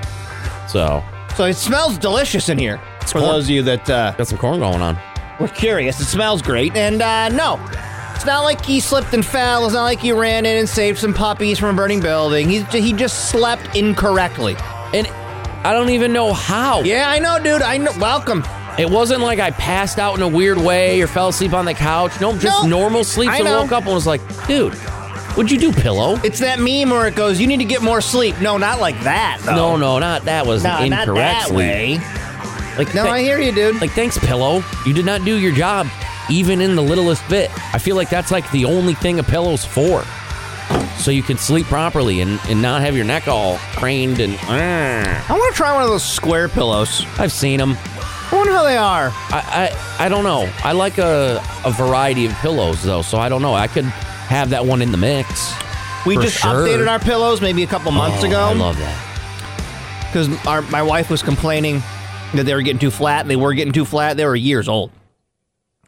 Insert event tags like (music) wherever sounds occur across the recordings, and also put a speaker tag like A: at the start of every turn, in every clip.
A: So
B: So it smells delicious in here. for
A: corn.
B: those of you that uh,
A: got some corn going on.
B: were curious, it smells great. And uh, no, it's not like he slipped and fell. It's not like he ran in and saved some puppies from a burning building. He he just slept incorrectly.
A: And I don't even know how.
B: Yeah, I know, dude. I know. Welcome.
A: It wasn't like I passed out in a weird way or fell asleep on the couch. No, just
B: No.
A: normal sleep.
B: I
A: So
B: know.
A: woke up and was like, dude, what'd you do, pillow?
B: It's that meme where it goes, "You need to get more sleep." No, not like that.
A: No,
B: Though.
A: no, not that was
B: no,
A: an
B: not
A: incorrect
B: that
A: sleep.
B: way.
A: Like
B: No,
A: thi-
B: I hear you, dude.
A: Like, thanks, pillow. You did not do your job, even in the littlest bit. I feel like that's like the only thing a pillow's for. So you can sleep properly and, and not have your neck all craned and. "Argh."
B: I want to try one of those square pillows.
A: I've seen them.
B: I wonder how they are.
A: I, I I don't know. I like a, a variety of pillows though, so I don't know. I could have that one in the mix.
B: We
A: For
B: just
A: sure.
B: updated our pillows maybe a couple months
A: Oh,
B: ago.
A: I love that.
B: because my wife was complaining that they were getting too flat. and They were getting too flat. They were years old.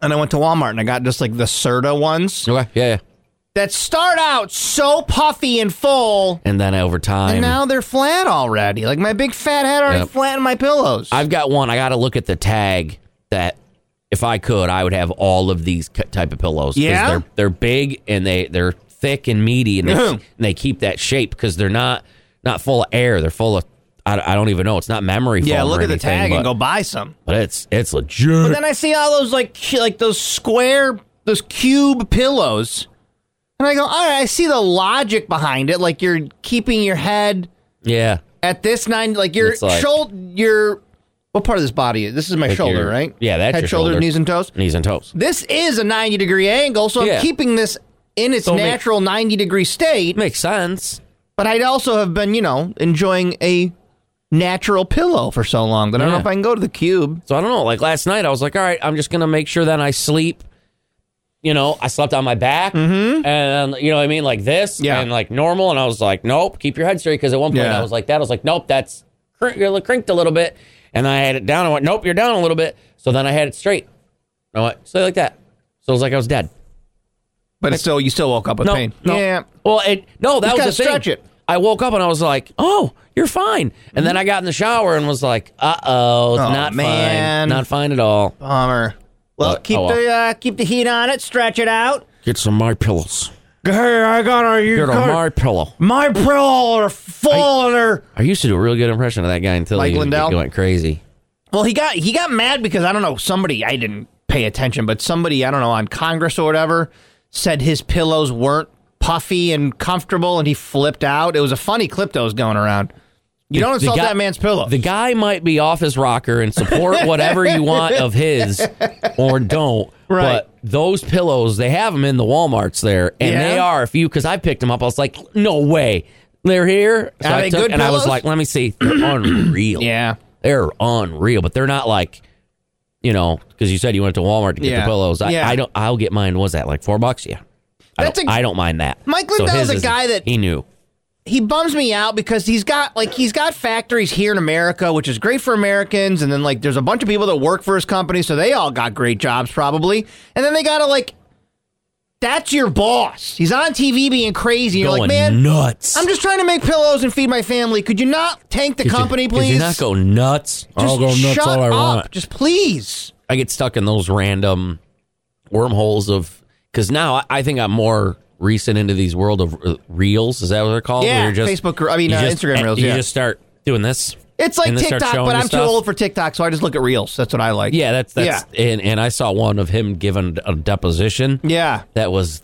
B: And I went to Walmart and I got just like the Serta ones
A: Okay, yeah, yeah.
B: that start out so puffy and full,
A: And then over time,
B: and now they're flat already. Like my big fat head already
A: Yep.
B: flattened my pillows.
A: I've got one. I got to look at the tag that if I could, I would have all of these ki- type of pillows. 'Cause
B: Yeah?
A: they're they're big and they they're thick and meaty and they,
B: Mhm.
A: and they keep that shape because they're not not full of air. They're full of I, don't- I don't even know. It's not memory.
B: yeah,
A: foam or
B: look at the
A: anything,
B: tag
A: but,
B: and go buy some.
A: But it's it's legit.
B: But then I see all those like cu- like those square, those cube pillows, and I go, all right, I see the logic behind it. Like you're keeping your head
A: yeah,
B: at this nine like your
A: It's like-
B: shoulder your what part of this body is this is my
A: Like
B: shoulder
A: your-
B: right
A: yeah, that's
B: head
A: your
B: shoulder,
A: shoulder.
B: knees and toes
A: knees and toes.
B: this is a 90 degree angle so
A: Yeah.
B: i'm keeping this in its
A: So it make-
B: natural 90 degree state
A: Makes sense.
B: but i'd also have been you know enjoying a natural pillow for so long that i don't know
A: Yeah.
B: if i can go to the cube
A: So I don't know. Like last night, I was like, all right, I'm just gonna make sure that I sleep. You know, I slept on my back, and you know what I mean, like this,
B: Mm-hmm. Yeah.
A: and like normal. And I was like, nope, keep your head straight. Because at one point,
B: Yeah.
A: I was like that. I was like, nope, that's cr- you're crinked a little bit. And I had it down. I went, nope, you're down a little bit. So then I had it straight. I went, so like that. So it was like I was dead.
B: but it's still you still woke up with
A: No,
B: pain
A: no.
B: yeah
A: Well, it no, that
B: You
A: was
B: gotta
A: the thing.
B: stretch it. Mm-hmm.
A: I woke up and I was like, "Oh, you're fine." And then I got in the shower and was like, "Uh oh,
B: Oh,
A: not
B: man.
A: fine, not fine at all."
B: bummer well
A: Uh,
B: keep
A: oh, well.
B: the uh, keep the heat on it stretch it out
A: Get some my pillows.
B: hey i got our you
A: Get on my pillow.
B: my pillow are full and are
A: I used to do a real good impression of that guy until
B: Mike
A: he,
B: Lindell?
A: he went crazy.
B: Well, he got he got mad because I don't know somebody I didn't pay attention, but somebody I don't know on Congress or whatever said his pillows weren't puffy and comfortable, and he flipped out. It was a funny clip that was going around. You
A: The-
B: don't
A: the
B: insult
A: guy-
B: that man's pillow.
A: The guy might be off his rocker and support whatever you want of his or don't.
B: (laughs) Right.
A: But those pillows, they have them in the Walmarts there, and
B: Yeah?
A: they are. If you, because I picked them up, I was like, no way, they're here. So
B: Are
A: I
B: they
A: took-
B: good
A: And I was
B: pillows?
A: like, let me see, they're
B: (clears throat)
A: unreal.
B: yeah.
A: they're unreal, but they're not like, you know, because you said you went to Walmart to get
B: Yeah.
A: the pillows. I,
B: Yeah.
A: I don't. I'll get mine. Was that like four bucks? Yeah. I
B: That's
A: don't,
B: a-
A: I don't mind that.
B: Mike Lindell's
A: his
B: a guy that-
A: he knew.
B: he bums me out because he's got like he's got factories here in America, which is great for Americans, and then like there's a bunch of people that work for his company, so they all got great jobs probably. And then they gotta like that's your boss. He's on TV being crazy. You're
A: Going
B: like, man,
A: nuts.
B: I'm just trying to make pillows and feed my family. Could you not tank the
A: Could you-
B: company,
A: could
B: please?
A: you not go nuts?
B: Just
A: I'll go nuts
B: shut
A: all I
B: up.
A: want.
B: Just please.
A: I get stuck in those random wormholes of because now I, I think I'm more recent into these world of uh, reels. Is that what they're called?
B: Yeah,
A: Where you're
B: Facebook- I mean,
A: you
B: uh, Instagram
A: eh,
B: reels,
A: You
B: yeah.
A: just start doing this.
B: It's like
A: and they start
B: TikTok,
A: showing
B: but
A: you
B: I'm
A: stuff.
B: too old for TikTok, so I just look at reels. That's what I like.
A: Yeah, that's that's and and I saw one of him giving a deposition.
B: Yeah.
A: that was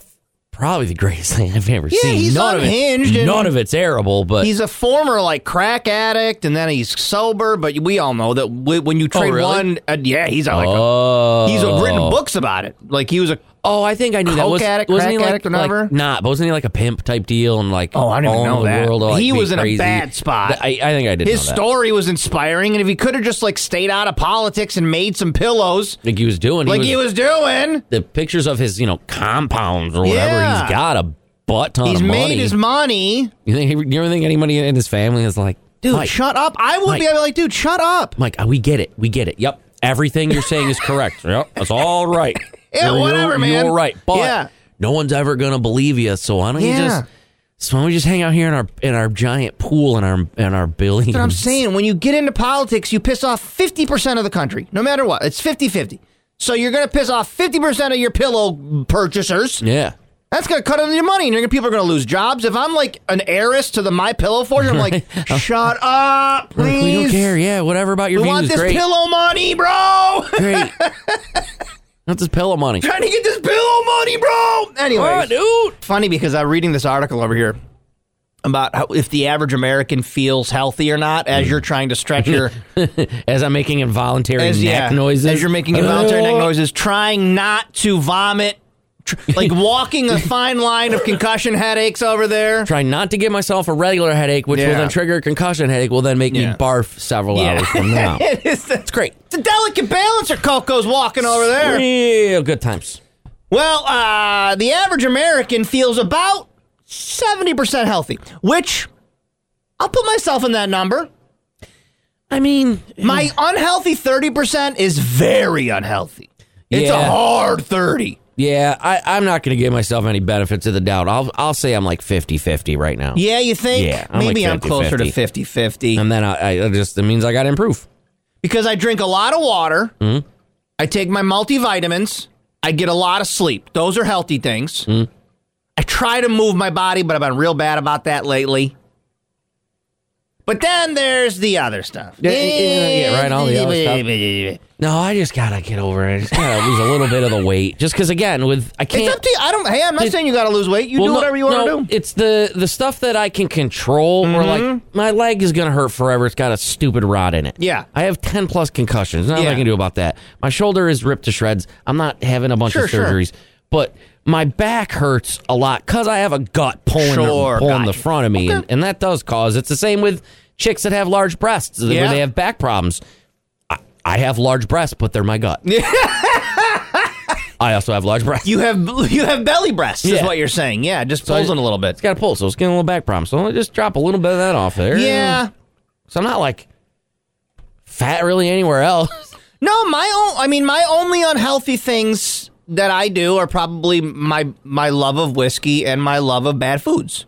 A: probably the greatest thing I've ever seen.
B: he's
A: none
B: unhinged
A: Of it,
B: and-
A: none of it's arable, but
B: He's a former like crack addict, and then he's sober. But we all know that w- when you trade
A: really?
B: one, uh, yeah, he's a, like a-
A: oh,
B: he's a, written books about it. Like he was a
A: Oh, I think I knew that
B: Coke
A: was
B: addict,
A: wasn't
B: crack
A: he like,
B: addict or whatever?
A: like not, but wasn't he like a pimp type deal and like
B: Oh, I didn't even
A: owned
B: know
A: the
B: that.
A: world, like,
B: He
A: be
B: was in a
A: crazy.
B: bad spot.
A: Th- I, I think I did.
B: his
A: know that.
B: story was inspiring, and if he could have just like stayed out of politics and made some pillows,
A: I think he was doing.
B: like
A: he was,
B: doing,
A: the pictures of his you know compounds or whatever.
B: Yeah.
A: He's got a butt ton
B: he's
A: of
B: made
A: money.
B: his money.
A: you think you ever think anybody in his family is like,
B: Dude,
A: Mike,
B: shut up! I would be
A: Mike.
B: I'd be like, dude, shut up.
A: Mike, uh, we get it. We get it. Yep. Everything you're saying
B: (laughs)
A: is correct. yep. That's all right.
B: Yeah,
A: You're-
B: whatever,
A: you're,
B: man.
A: You're right. But
B: Yeah.
A: no one's ever gonna believe you, so why don't
B: Yeah.
A: you just so why don't we just hang out here in our in our giant pool in our in our billions.
B: That's what I'm saying. When you get into politics, you piss off 50% of the country, no matter what. It's 50 50. So you're going to piss off 50% of your pillow purchasers.
A: Yeah.
B: That's going to cut into your money, and you're gonna, people are going to lose jobs. If I'm like an heiress to the My Pillow fortune, I'm like, (laughs) shut up,
A: We're like,
B: please.
A: we don't care. Yeah, whatever about your
B: We
A: views.
B: want this
A: Great.
B: pillow money, bro. (laughs)
A: Great. Not this pillow money. (laughs)
B: Trying to get this pillow money, bro. Anyway,
A: Oh, dude.
B: funny because I'm reading this article over here about how, if the average American feels healthy or not as you're trying to
A: (laughs)
B: stretch your
A: As I'm making involuntary
B: as,
A: neck
B: yeah,
A: noises. Oh.
B: as you're making involuntary neck
A: (laughs)
B: noises, trying not to vomit, tr-
A: (laughs)
B: like walking a fine line of concussion headaches over there.
A: Try not to give myself a regular headache, which will
B: Yeah.
A: then trigger a concussion headache, will then make
B: Yeah.
A: me barf several
B: Yeah.
A: hours from
B: (laughs)
A: now.
B: it is
A: It's great.
B: It's a delicate balance, or Coco's walking over there.
A: Real good times.
B: Well, uh, the average American feels about 70% healthy, which I'll put myself in that number.
A: I mean,
B: My unhealthy 30% is very unhealthy. It's a
A: Yeah.
B: hard 30.
A: yeah, I, I'm not going to give myself any benefits of the doubt. I'll I'll say I'm like 50 50 right now.
B: Yeah, you think?
A: Yeah, I'm like
B: Maybe I'm closer to 50 50.
A: And then I, I just, it means I got to improve.
B: because I drink a lot of water.
A: Hmm?
B: I take my multivitamins. I get a lot of sleep. Those are healthy things.
A: Hmm?
B: I try to move my body, but I've been real bad about that lately. But then there's the other stuff.
A: Yeah, yeah, yeah, right, all the other
B: stuff.
A: No, I just got to get over it. I just (laughs) got to lose a little bit of the weight. Just because, again, with, I can't.
B: It's up to you. I don't. Hey, I'm not
A: Did-
B: saying you got to lose weight. You
A: Well,
B: do
A: no-
B: whatever you want
A: no,
B: to do.
A: It's the the stuff that I can control. Or like my leg is gonna hurt forever. It's got a stupid rod in it.
B: Mm-hmm. Yeah.
A: I have ten plus concussions. Nothing
B: Yeah.
A: I can do about that. My shoulder is ripped to shreds. I'm not having a bunch
B: Sure,
A: of
B: sure.
A: surgeries, but my back hurts a lot because I have a gut pulling
B: Sure,
A: the, pulling the
B: gotcha.
A: front of me, and, and that does cause. It's the same with chicks that have large breasts
B: Yeah.
A: where they have back problems. I, I have large breasts, but they're
B: (laughs)
A: my gut. I also have large breasts.
B: You have (laughs) you have belly breasts. Is
A: Yeah.
B: what you're saying. Yeah, just pulls
A: I-
B: in a little
A: It's
B: bit.
A: got a pull, so it's getting a little back problem. So I just drop a little bit of that off there.
B: Yeah.
A: So I'm not like fat really anywhere else. (laughs)
B: No, my own. I mean, my only unhealthy things that I do are probably my my love of whiskey and my love of bad foods,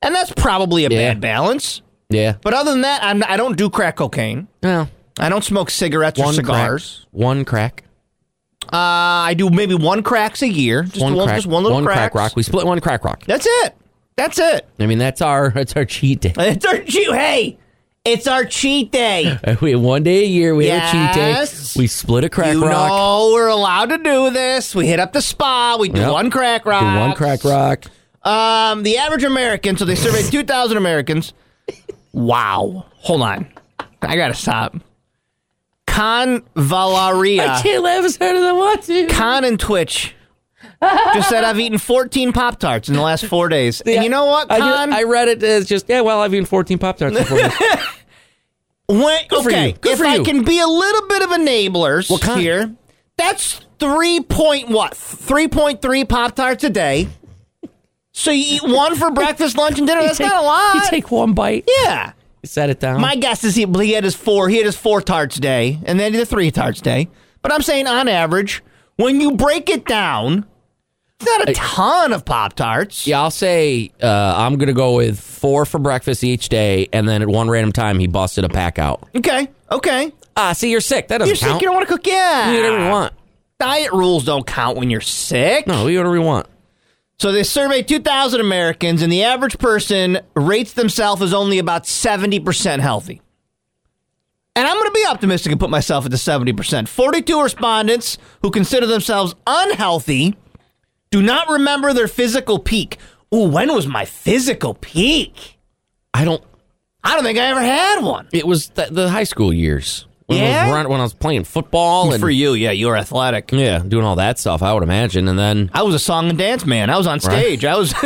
B: and that's probably a
A: Yeah.
B: bad balance.
A: Yeah.
B: But other than that, I'm, I don't do crack cocaine.
A: No.
B: I don't smoke cigarettes or
A: One
B: cigars.
A: crack. One crack.
B: Uh, I do maybe one cracks a year. Just
A: One
B: one,
A: crack.
B: just one little
A: one crack
B: cracks.
A: rock. We split one crack rock.
B: That's it. That's it. (laughs)
A: I mean, that's our (laughs) that's our cheat day.
B: It's our cheat. Hey, it's our cheat day.
A: We one day a year we have a cheat
B: Yes.
A: day. We split a (laughs) crack
B: you
A: rock.
B: know we're allowed to do this. We hit up the spa. We do
A: Yep.
B: one crack rock.
A: Do one crack rock.
B: Um, the average American, so they surveyed 2,000 Americans. Wow. Hold on. I gotta stop. Convalaria.
A: laugh as hard as I want to.
B: Con and Twitch just said I've eaten 14 Pop Tarts in the last four days. and you know what,
A: I,
B: Con?
A: did- I read it as just yeah. Well, I've eaten fourteen pop tarts
B: (laughs)
A: before.
B: When,
A: for
B: okay,
A: you. Good
B: if
A: for
B: I
A: you.
B: can be a little bit of enablers
A: What kind?
B: here, that's three point what? Three point three Pop Tarts a day. So you eat one for breakfast, lunch, and dinner. That's
A: You
B: not a
A: take- You
B: lot.
A: take one bite,
B: yeah.
A: set it down.
B: My guess is he, he had his four. He had his four tarts day, and then the three tarts day. But I'm saying on average, when you break it down, it's not a ton of Pop Tarts.
A: yeah, I'll say uh, I'm gonna go with four for breakfast each day, and then at one random time he busted a pack out.
B: Okay. Okay.
A: Ah, see, you're sick. That doesn't
B: You're sick.
A: count.
B: You don't Ah. want to cook. Yeah.
A: You eat whatever you want.
B: Diet rules don't count when you're sick.
A: No, you eat whatever you want.
B: So they surveyed 2,000 Americans, and the average person rates themselves as only about 70% healthy. And I'm going to be optimistic and put myself at the 70%. 42 respondents who consider themselves unhealthy do not remember their physical peak. Ooh, when was my physical peak?
A: I don't.
B: I don't think I ever had one.
A: It was th- the high school years. When I
B: Yeah?
A: was, run- when I was playing football and
B: For you, yeah, you were athletic.
A: yeah, doing all that stuff, I would imagine, and then
B: I was a song and dance man. I was on
A: Right.
B: stage. I was. (laughs)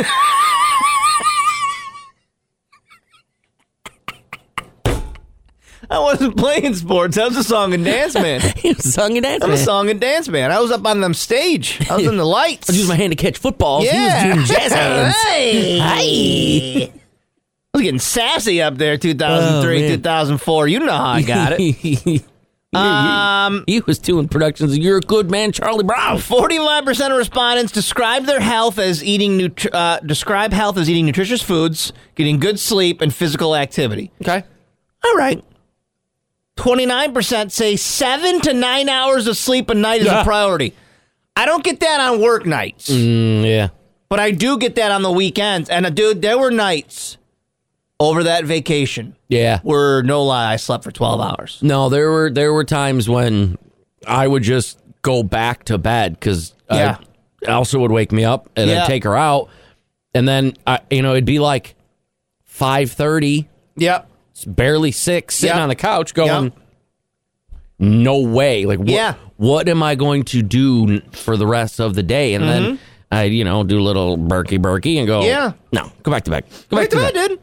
B: I wasn't playing sports. I was a song and dance man.
A: sung and danced.
B: I'm a
A: man.
B: song and dance man. I was up on them stage. I was in the lights.
A: I'd use my hand to catch footballs.
B: yeah.
A: He was doing jazz (laughs) hands.
B: Hey. I was getting sassy up there 2003,
A: Oh, man.
B: 2004. You know how I got
A: (laughs)
B: it. Um,
A: he was doing productions. You're a good man, Charlie Brown.
B: 45% of respondents describe their health as eating nutri- uh, describe health as eating nutritious foods, getting good sleep and physical activity.
A: Okay.
B: All right. 29% say 7 to 9 hours of sleep a night is
A: Yeah. Mm.
B: a priority. I don't get that on work nights,
A: yeah.
B: but I do get that on the weekends. And uh, dude, there were nights over that vacation
A: Yeah.
B: where no lie, I slept for 12 hours.
A: No, there were there were times when I would just go back to bed because
B: Yeah.
A: Elsa would wake me up and
B: Yeah.
A: I'd take her out, and then I, you know it'd be like five thirty,
B: Yep.
A: barely six, sitting
B: Yeah.
A: on the couch going,
B: Yeah.
A: no way, like what,
B: Yeah.
A: what am I going to do n- for the rest of the day? And then I you know do a little berkey berkey and go,
B: Mm-hmm. Yeah.
A: no, go back to bed, go
B: Right
A: back to
B: to
A: bed,
B: bed, dude.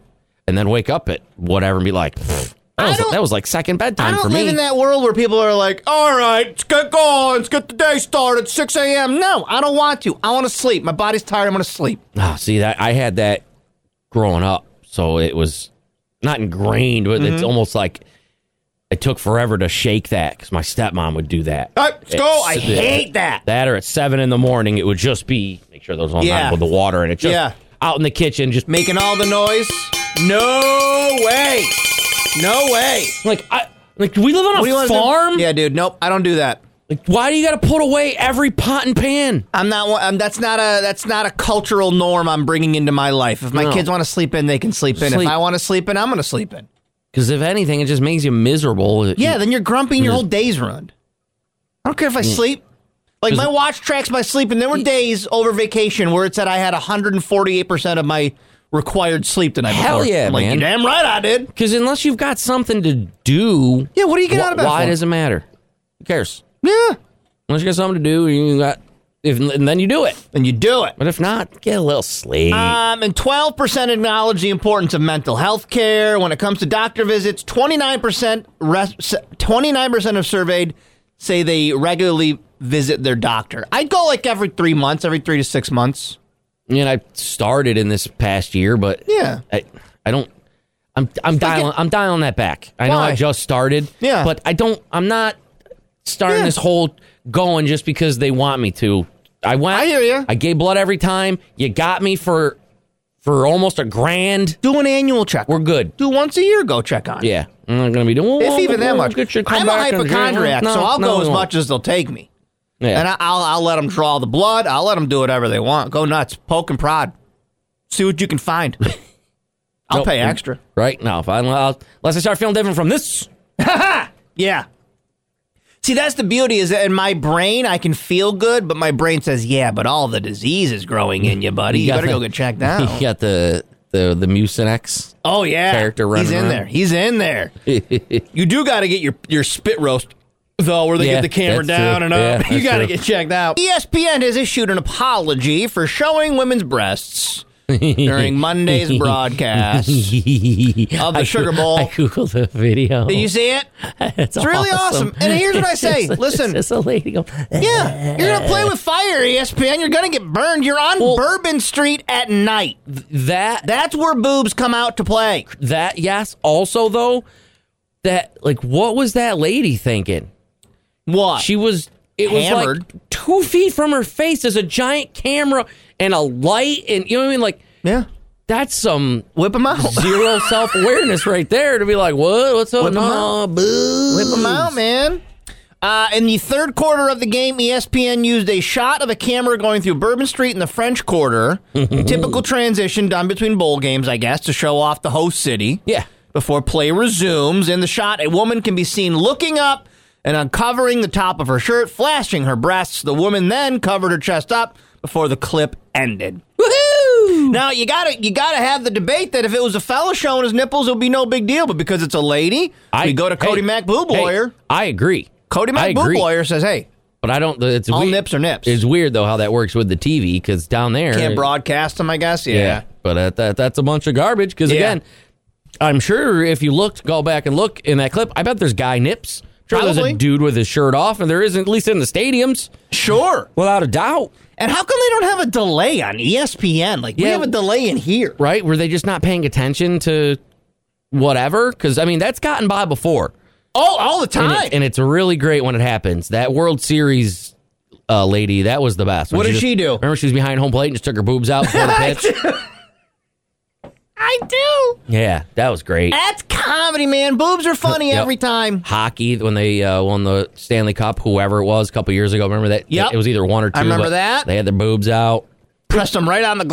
A: and then wake up at whatever and be like. "Pfft,
B: I
A: That was,
B: don't-
A: that was like second bedtime
B: I
A: for
B: don't
A: me.
B: live in that world where people are like, all right, let's get going. Let's get the day started. 6 a.m. No, I don't want to. I want to sleep. My body's tired. I'm going to sleep.
A: Oh, see that I had that growing up, so it was not ingrained, but it's
B: Mm-hmm.
A: almost like it took forever to shake that because my stepmom would do that.
B: All right, let's go. I
A: It's-
B: hate that.
A: That or at seven in the morning, it would just be make sure those on
B: Yeah.
A: with the water, and it just
B: Yeah.
A: out in the kitchen, just make
B: Making all the noise. No way. No way.
A: like I like. Do we live on
B: What do you
A: a
B: wanna do?
A: farm?
B: Yeah, dude. Nope. I don't do that.
A: Like, why do you got to put away every pot and pan?
B: I'm not. one- I'm, that's not a. That's not a cultural norm I'm bringing into my life. If my
A: No.
B: kids want to sleep in, they can sleep in.
A: Sleep.
B: If I want to sleep in, I'm going to sleep in.
A: Because if anything, it just makes you miserable. It-
B: Yeah, then you're grumpy and
A: Mm.
B: your whole day's ruined. I don't care if I sleep. Like my watch tracks my sleep, and there
A: Mm.
B: were days over vacation where it said I had 148 percent of my required sleep the night
A: Hell
B: before.
A: yeah,
B: I'm like,
A: man.
B: you damn right I did.
A: Because unless you've got something to do,
B: Yeah, what do you get
A: wh-
B: out of bed
A: Why
B: for?
A: does it matter? Who cares?
B: Yeah,
A: Unless you got something to do, you got if and then you do it.
B: and you do it.
A: But if not, get a little sleep.
B: Um, and 12% acknowledge the importance of mental health care. When it comes to doctor visits, 29% res- 29% of surveyed say they regularly visit their doctor. I'd go like every three months, every three to six months.
A: and I started in this past year, but
B: Yeah.
A: I, I don't. I'm I'm dialing I'm dialing that back. I know
B: Why?
A: I just started.
B: Yeah.
A: but I don't. I'm not starting
B: Yeah.
A: this whole going just because they want me to. I went.
B: I hear ya.
A: I gave blood every time. You got me for for almost a grand.
B: Do an annual check.
A: We're good.
B: Do once a year, go check on. it.
A: Yeah, I'm not gonna be doing.
B: If even that much.
A: Get your
B: I'm
A: come
B: a
A: back and-
B: hypochondriac,
A: No,
B: so I'll
A: no,
B: go
A: we
B: as
A: won't.
B: much as they'll take me.
A: Yeah.
B: And I, I'll, I'll let them draw the blood. I'll let them do whatever they want. Go nuts. Poke and prod. See what you can
A: (laughs)
B: find. I'll
A: Nope.
B: pay extra.
A: Right? No, if I, I'll- unless I start feeling different from this.
B: Yeah. See, that's the beauty is that in my brain, I can feel good, but my brain says, yeah, but all the disease is growing in you, buddy. You,
A: (laughs) got
B: better
A: the- (laughs)
B: go get checked out.
A: You got the the the the Mucinex.
B: Oh yeah,
A: Character running
B: He's in
A: around.
B: there. He's in there.
A: (laughs)
B: you do got to get your your spit roast though, where they
A: Yeah,
B: get the camera
A: that's
B: down
A: true.
B: and up. (laughs)
A: Yeah,
B: you
A: that's
B: got to
A: true.
B: get checked out. E ESPN has issued an apology for showing women's
A: (laughs)
B: breasts during Monday's broadcast. Did
A: of
B: the Sugar Bowl.
A: I googled the video.
B: you
A: (laughs)
B: see it?
A: it's
B: really awesome. And here's what I say.
A: (laughs) It's-
B: Listen.
A: it's just a lady go,
B: Yeah, you're gonna play with fire, E ESPN. You're gonna get burned. You're on Bourbon Street at night.
A: that
B: That's where boobs come out to play.
A: that yes. Also though, that like what was that lady thinking?
B: What?
A: She was. It was
B: Hammered.
A: like two feet from her face. There's a giant camera and a light, and you know what I mean. Like
B: yeah,
A: that's some
B: whip them out. (laughs)
A: zero self awareness right there to be like, what? What's up?
B: Whip 'em
A: No, boo.
B: Whip 'em out, man. Uh, in the third quarter of the game, E ESPN used a shot of a camera going through Bourbon Street in the French
A: (laughs)
B: Quarter. Typical transition done between bowl games, I guess, to show off the host city.
A: Yeah.
B: Before play resumes, in the shot, a woman can be seen looking up and uncovering the top of her shirt, flashing her breasts. The woman then covered her chest up before the clip ended.
A: Woohoo!
B: Now you gotta you gotta have the debate that if it was a fella showing his nipples, it would be no big deal, but because it's a lady, we go to Cody
A: hey,
B: Mack Boob
A: hey,
B: Lawyer.
A: I agree.
B: Cody
A: I
B: Mack Boob
A: agree.
B: Lawyer says, "Hey,
A: But I don't. It's
B: all
A: weird.
B: nips are nips.
A: It's weird though how that works with the TV because down there
B: Can't broadcast them, I guess." Yeah.
A: But uh, that that's a bunch of garbage because
B: Yeah.
A: again, I'm sure if you looked, go back and look in that clip, I bet there's guy nips. Sure, there's
B: Probably.
A: a dude with his shirt off, and there isn't at least in the stadiums,
B: sure.
A: without a doubt,
B: And how come they don't have a delay on E ESPN? Like we
A: Yeah.
B: have a delay in here.
A: right? Were they just not paying attention to whatever? Because I mean, that's gotten by before.
B: Oh, all the
A: And,
B: time.
A: it- and it's really great when it happens. That World Series uh, lady, that was the best. When
B: What did
A: just-
B: she do?
A: Remember, she was behind home plate and just took her boobs
B: (laughs)
A: out before the pitch.
B: I do.
A: yeah, that was great.
B: That's comedy, man. Boobs are funny
A: Yep.
B: every time.
A: Hockey when they uh, won the Stanley Cup, whoever it was, a couple years ago. Remember that?
B: Yep.
A: It was either one or two.
B: I remember
A: but
B: that.
A: They had their boobs out,
B: Press them right on the
A: which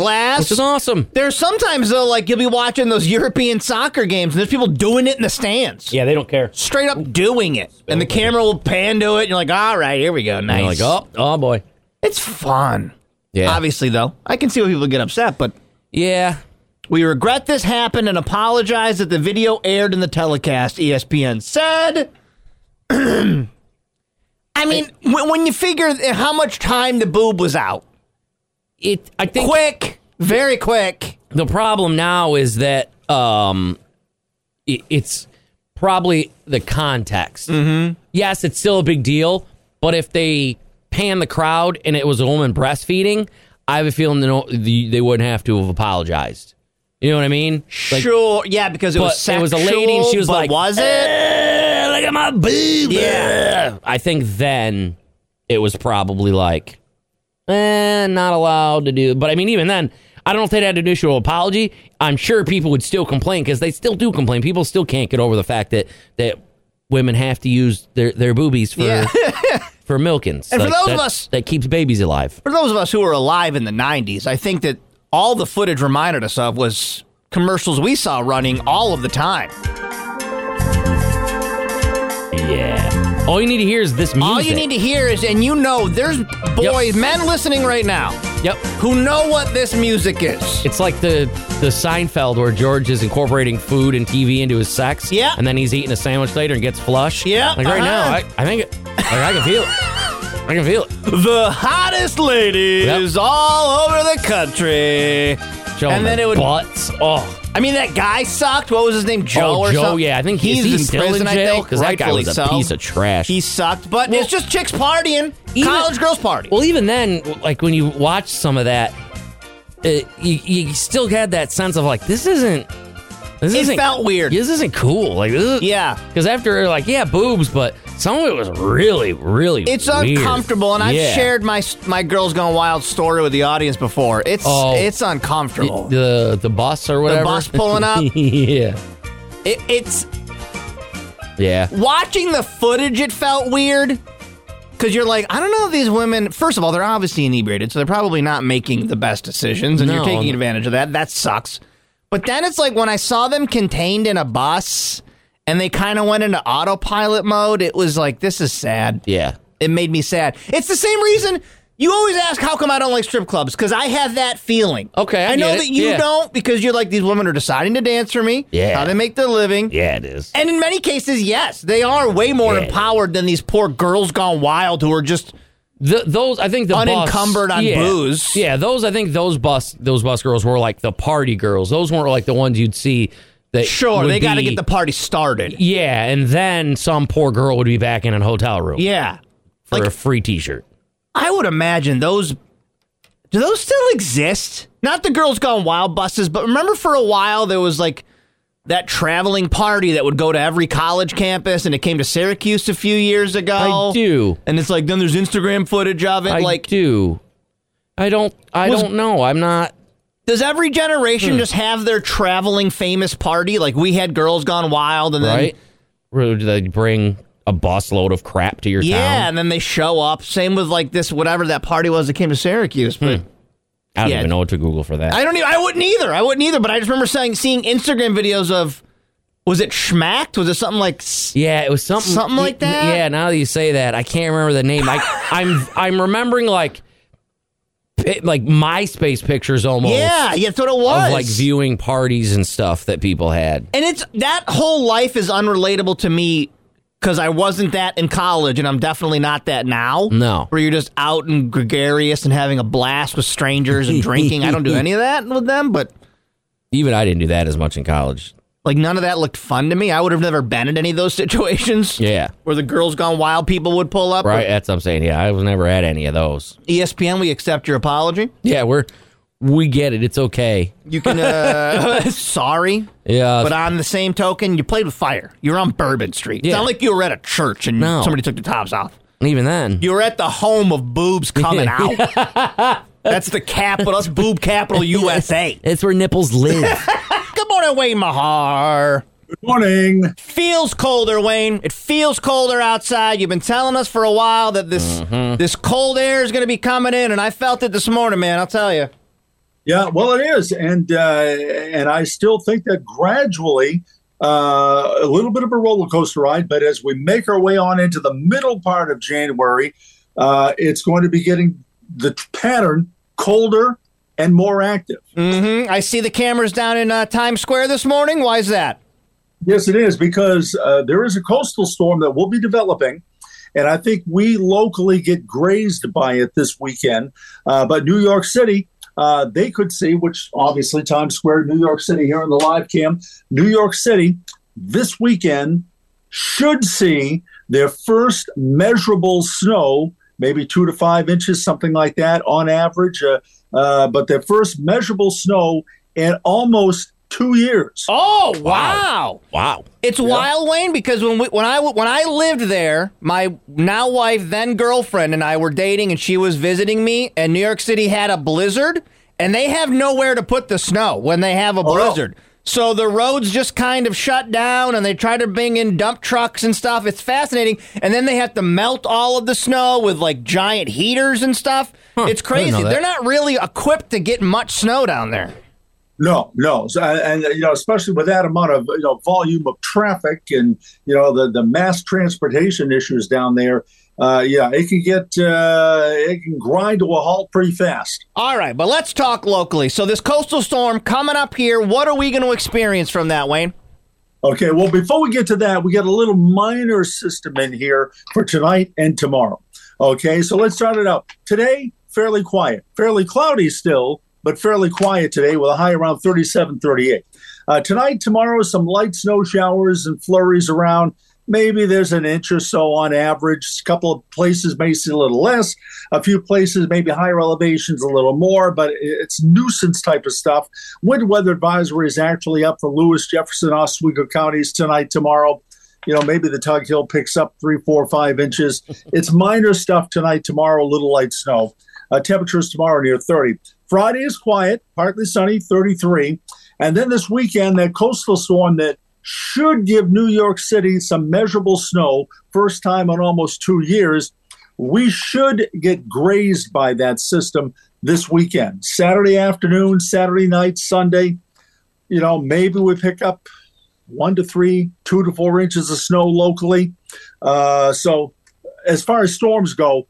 A: is
B: glass.
A: awesome.
B: There's sometimes though, like you'll be watching those European soccer games, and there's people doing it in the stands.
A: Yeah, they don't care.
B: straight up doing it. And the camera will pan to it, and you're like, all right, here we go. Nice.
A: Like, oh, oh boy.
B: It's fun.
A: Yeah.
B: Obviously, though, I can see why people get upset, but
A: Yeah.
B: we regret this happened and apologize that the video aired in the telecast, E ESPN said. (clears throat) I mean, when, when you figure how much time the boob was out,
A: It. I think
B: quick, very quick.
A: the problem now is that um, it, it's probably the context. Mm-hmm. Yes, it's still a big deal, but if they pan the crowd and it was a woman breastfeeding, I have a feeling they, don't, the- they wouldn't have to have apologized. You know what I mean? Like,
B: sure, yeah, because it was
A: but it
B: sexual,
A: was a lady and she was
B: but
A: like,
B: "Was it?"
A: "Eh, look at my boob.
B: Yeah.
A: eh." I think then it was probably like, eh, not allowed to do. But I mean, even then, I don't know if they'd had an issue of apology. I'm sure people would still complain because they still do complain. People still can't get over the fact that that women have to use their their boobies for.
B: Yeah.
A: (laughs) For milkings,
B: And for those
A: that,
B: of us-
A: that keeps babies alive.
B: for those of us who were alive in the 90s, I think that all the footage reminded us of was commercials we saw running all of the time.
A: Yeah. All you need to hear is this music.
B: All you need to hear is, and you know, there's boys, men listening right now
A: Yep.
B: who know what this music is.
A: It's like the the Seinfeld where George is incorporating food and TV into his sex.
B: Yeah.
A: And then he's eating a sandwich later and gets flush.
B: Yeah,
A: Like right now, I,
B: uh-huh.
A: I think it, like I can feel it. I can feel it.
B: The hottest ladies all over the country.
A: Showing
B: And then
A: their
B: it would-
A: butts. Oh,
B: I mean, that guy sucked. What was his name? Joe
A: Oh,
B: or
A: Joe,
B: something?
A: yeah, I think he-
B: he's
A: is he
B: in
A: still in
B: prison. I
A: jail?
B: think
A: 'Cause that guy
B: Rightfully
A: was a
B: so.
A: piece of trash.
B: He sucked, but
A: Well-
B: it's just chicks partying,
A: Even-
B: college girls party.
A: Well, even then, like when you watch some of that, it, you, you still had that sense of like this isn't. This
B: It
A: isn't,
B: felt weird.
A: This isn't cool. Like this.
B: yeah.
A: Because after like yeah, boobs, but some of it was really, really.
B: It's
A: weird.
B: uncomfortable, and I've
A: Yeah.
B: shared my my girls gone wild story with the audience before. It's
A: Oh.
B: it's uncomfortable.
A: the the bus or whatever.
B: bus pulling up?
A: (laughs) yeah,
B: It- it's
A: yeah.
B: watching the footage. It felt weird because you're like, I don't know if these women. First of all, they're obviously inebriated, so they're probably not making the best decisions, and
A: No.
B: you're taking advantage of that. That sucks. But then it's like when I saw them contained in a bus, and they kind of went into autopilot mode. It was like this is sad.
A: Yeah.
B: It made me sad. It's the same reason You always ask how come I don't like strip clubs because I have that feeling.
A: Okay, I
B: know
A: get it.
B: that you
A: Yeah.
B: don't because you're like these women are deciding to dance for me.
A: Yeah.
B: how they make their living.
A: Yeah, it is.
B: And in many cases, yes, they are way more
A: Yeah.
B: empowered than these poor girls gone wild who are just
A: The, those I think the
B: Unencumbered
A: busts-
B: on
A: yeah,
B: booze.
A: Yeah, those I think those bus those bus girls were like the party girls. Those weren't like the ones you'd see that
B: sure
A: would
B: they got to
A: be-
B: get the party started.
A: yeah, and then some poor girl would be back in a hotel room
B: Yeah,
A: for
B: like-
A: a free T-shirt.
B: I would imagine those. Do those still exist? Not the girls gone wild buses, but remember for a while there was like that traveling party that would go to every college campus, and it came to Syracuse a few years ago.
A: I do.
B: and it's like then there's Instagram footage of it.
A: I
B: like,
A: do. I don't. I
B: Was-
A: don't know. I'm not.
B: does every generation
A: Hmm.
B: just have their traveling famous party? Like we had girls gone wild, and
A: right?
B: then
A: Or do they bring a busload of crap to your
B: yeah,
A: town?
B: and then they show up. Same with like this whatever that party was that came to Syracuse, but.
A: I don't
B: yeah.
A: even know what to Google for that.
B: I don't. Even, I wouldn't either. I wouldn't either. But I just remember saying, seeing Instagram videos of, was it schmacked? Was it something like? s-
A: yeah, it was something
B: Something like that?
A: Yeah, now that you say that, I can't remember the
B: (laughs)
A: name. I I'm I'm remembering like pi- like MySpace pictures almost
B: Yeah, yeah, that's what it was.
A: of like viewing parties and stuff that people had.
B: and it's that whole life is unrelatable to me because I wasn't that in college, and I'm definitely not that now.
A: No.
B: where you're just out and gregarious and having a blast with strangers and drinking. I don't
A: (laughs)
B: do any of that with them, but
A: Even I didn't do that as much in college.
B: like none of that looked fun to me. I would have never been in any of those (laughs) situations.
A: Yeah.
B: Where the girls gone wild people would pull up. E or
A: Right, that's what I'm saying. Yeah, I was never at any of those.
B: ESPN, we accept your apology.
A: Yeah, we're we get it. It's okay.
B: You can. Uh, (laughs) sorry.
A: Yeah,
B: But on the same token, you played with fire. You were on Bourbon Street. It's
A: Yeah.
B: not like you were at a church and
A: No.
B: somebody took the tops off.
A: even then.
B: You were at the home of boobs
A: (laughs)
B: coming out. That's the capital. That's boob capital
A: (laughs)
B: USA.
A: It's where nipples live.
B: Good morning, Wayne Mahar.
C: Morning.
B: Feels colder, Wayne. It feels colder outside. You've been telling us for a while that this
A: Mm-hmm.
B: this cold air is going to be coming in, and I felt it this morning, man. I'll tell you.
C: Yeah, well, it is, and uh, and I still think that gradually, uh, a little bit of a roller coaster ride, but as we make our way on into the middle part of January, uh, it's going to be getting the t- pattern colder and more active.
B: hmm I see the cameras down in uh, Times Square this morning. Why is that?
C: Yes, it is because uh, there is a coastal storm that will be developing. And I think we locally get grazed by it this weekend. Uh, but New York City, uh, they could see, which obviously Times Square, New York City here on the live cam, New York City this weekend should see their first measurable snow, maybe two to five inches, something like that on average. Uh, uh, but their first measurable snow in almost two years.
B: Oh (laughs) wow!
A: wow.
B: It's wild, Wayne, because when we, when I w- when I lived there, my now wife, then girlfriend, and I were dating, and she was visiting me, and New York City had a blizzard, and they have nowhere to put the snow when they have a blizzard. So the roads just kind of shut down, and they try to bring in dump trucks and stuff. It's fascinating, and then they have to melt all of the snow with like giant heaters and stuff. it's crazy.
A: that.
B: They're not really equipped to get much snow down there.
C: No, no, So, uh, and uh, you know, especially with that amount of you know volume of traffic and you know the the mass transportation issues down there. Uh, yeah, it can get uh, it can grind to a halt pretty fast.
B: All right, but let's talk locally. So this coastal storm coming up here, what are we going to experience from that, Wayne?
C: Okay, well, before we get to that, we got a little minor system in here for tonight and tomorrow. Okay, so let's start it out. Today, fairly quiet, fairly cloudy still, but fairly quiet today with a high around 37, 38. Uh, tonight, tomorrow, some light snow showers and flurries around. Maybe there's an inch or so on average. A couple of places may see a little less. A few places, maybe higher elevations, a little more, but it- it's nuisance type of stuff. Wind weather advisory is actually up for Lewis, Jefferson, Oswego counties tonight, tomorrow. You know, maybe the Tug Hill picks up three, four, five inches. It's minor stuff tonight, tomorrow, a little light snow. Uh, temperatures tomorrow near 30. Friday is quiet, partly sunny, 33. And then this weekend, that coastal storm that should give New York City some measurable snow, first time in almost two years. We should get grazed by that system this weekend. Saturday afternoon, Saturday night, Sunday. You know, maybe we pick up one to three, two to four inches of snow locally. Uh, so, as far as storms go,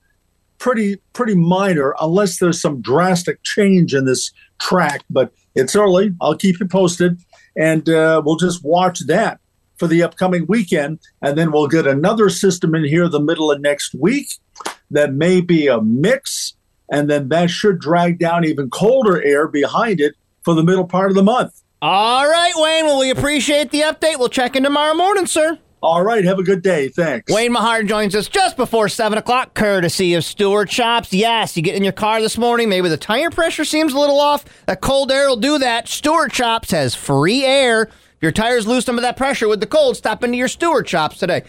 C: pretty pretty minor unless there's some drastic change in this track. But it's early. I'll keep you posted, and uh, we'll just watch that for the upcoming weekend, and then we'll get another system in here the middle of next week that may be a mix, and then that should drag down even colder air behind it for the middle part of the month.
B: All right, Wayne. Well, we appreciate the update. We'll check in tomorrow morning, sir.
C: All right, have a good day. Thanks.
B: Wayne Mahar joins us just before 7 o'clock, courtesy of Stewart Shops. Yes, you get in your car this morning, maybe the tire pressure seems a little off. That cold air will do that. Stewart Shops has free air. If your tires lose some of that pressure with the cold, stop into your Stewart Shops today.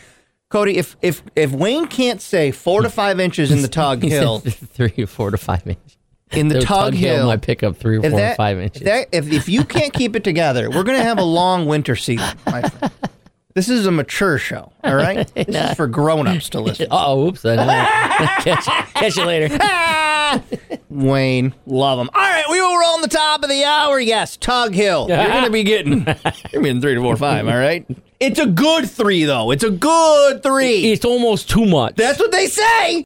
B: Cody, if if if Wayne can't say four to five inches in the Tug
A: He said
B: (laughs) Hill,
A: (laughs) three or four to five inches.
B: in the
A: Their
B: Tug, Hill,
A: might pick up three or four
B: if,
A: or
B: that,
A: five
B: if,
A: inches.
B: that- if, if you can't keep it together, we're going to have a long winter season, my friend. This is a mature show, all
A: (laughs)
B: right? This is for grown-ups to listen.
A: oh, oops! I didn't- (laughs) catch, catch you later.
B: Ah! Wayne, love him. All right, we will roll on the top of the hour. Yes, Tug Hill. You're
A: (laughs)
B: gonna be getting, you're getting three to four five. All right. It's a good three though. It's a good three.
A: It's almost too much.
B: That's what they say.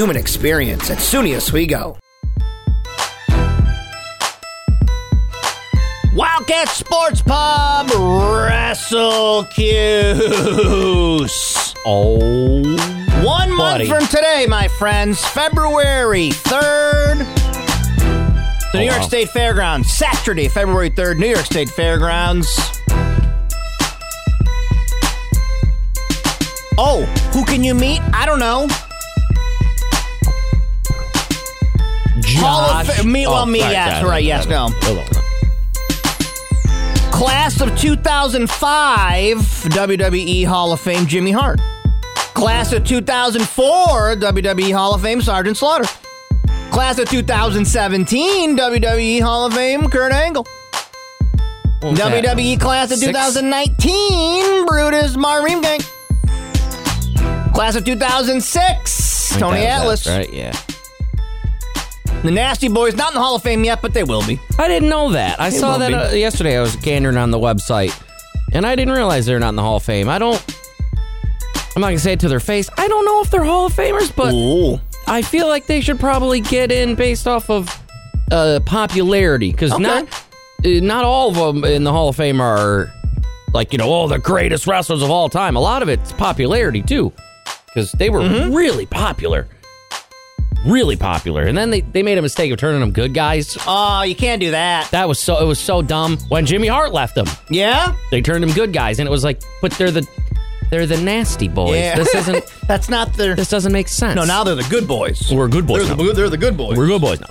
B: human experience at SUNY Oswego. Wildcat Sports Pub WrestleCuse.
A: Oh.
B: One
A: Buddy.
B: month from today, my friends, February 3rd. The
A: Oh,
B: New York
A: wow.
B: State Fairgrounds, Saturday, February 3rd, New York State Fairgrounds. Oh, who can you meet? I don't know. Hall of
A: Josh- Oh,
B: Fa- me- well, me,
A: sorry,
B: yes,
A: sorry,
B: right, yes,
A: sorry.
B: no.
A: Hello.
B: Class of 2005, WWE E Hall of Fame Jimmy Hart. Class of 2004, WWE E Hall of Fame Sergeant Slaughter. Class of 2017, WWE E Hall of Fame Kurt Angle.
A: What was that?
B: WWE Class of
A: Six?
B: 2019, Brutus Marine Gang. Class of 2006,
A: I think
B: Tony
A: that
B: Atlas.
A: was that, Right, yeah.
B: The Nasty Boys, not in the Hall of Fame yet, but they will be.
A: I didn't know that. I saw
B: will
A: that
B: be.
A: uh, yesterday. I was gandering on the website, and I didn't realize they're not in the Hall of Fame. I don't. I'm not gonna say it to their face. I don't know if they're Hall of Famers, but
B: Ooh.
A: I feel like they should probably get in based off of uh, popularity because
B: Okay.
A: not uh, not all of them in the Hall of Fame are like you know all the greatest wrestlers of all time. A lot of it's popularity too because they were
B: Mm-hmm.
A: really popular, really popular. And then they, they made a mistake of turning them good guys.
B: Oh, you can't do that.
A: That was so it was so dumb when Jimmy Hart left them.
B: Yeah?
A: They turned them good guys, and it was like, but they're the they're the nasty boys.
B: Yeah.
A: This isn't
B: That's not their.
A: this doesn't make sense.
B: No, now they're the good boys.
A: we're good boys.
B: They're
A: now.
B: the, they're the good boys.
A: We're good boys now.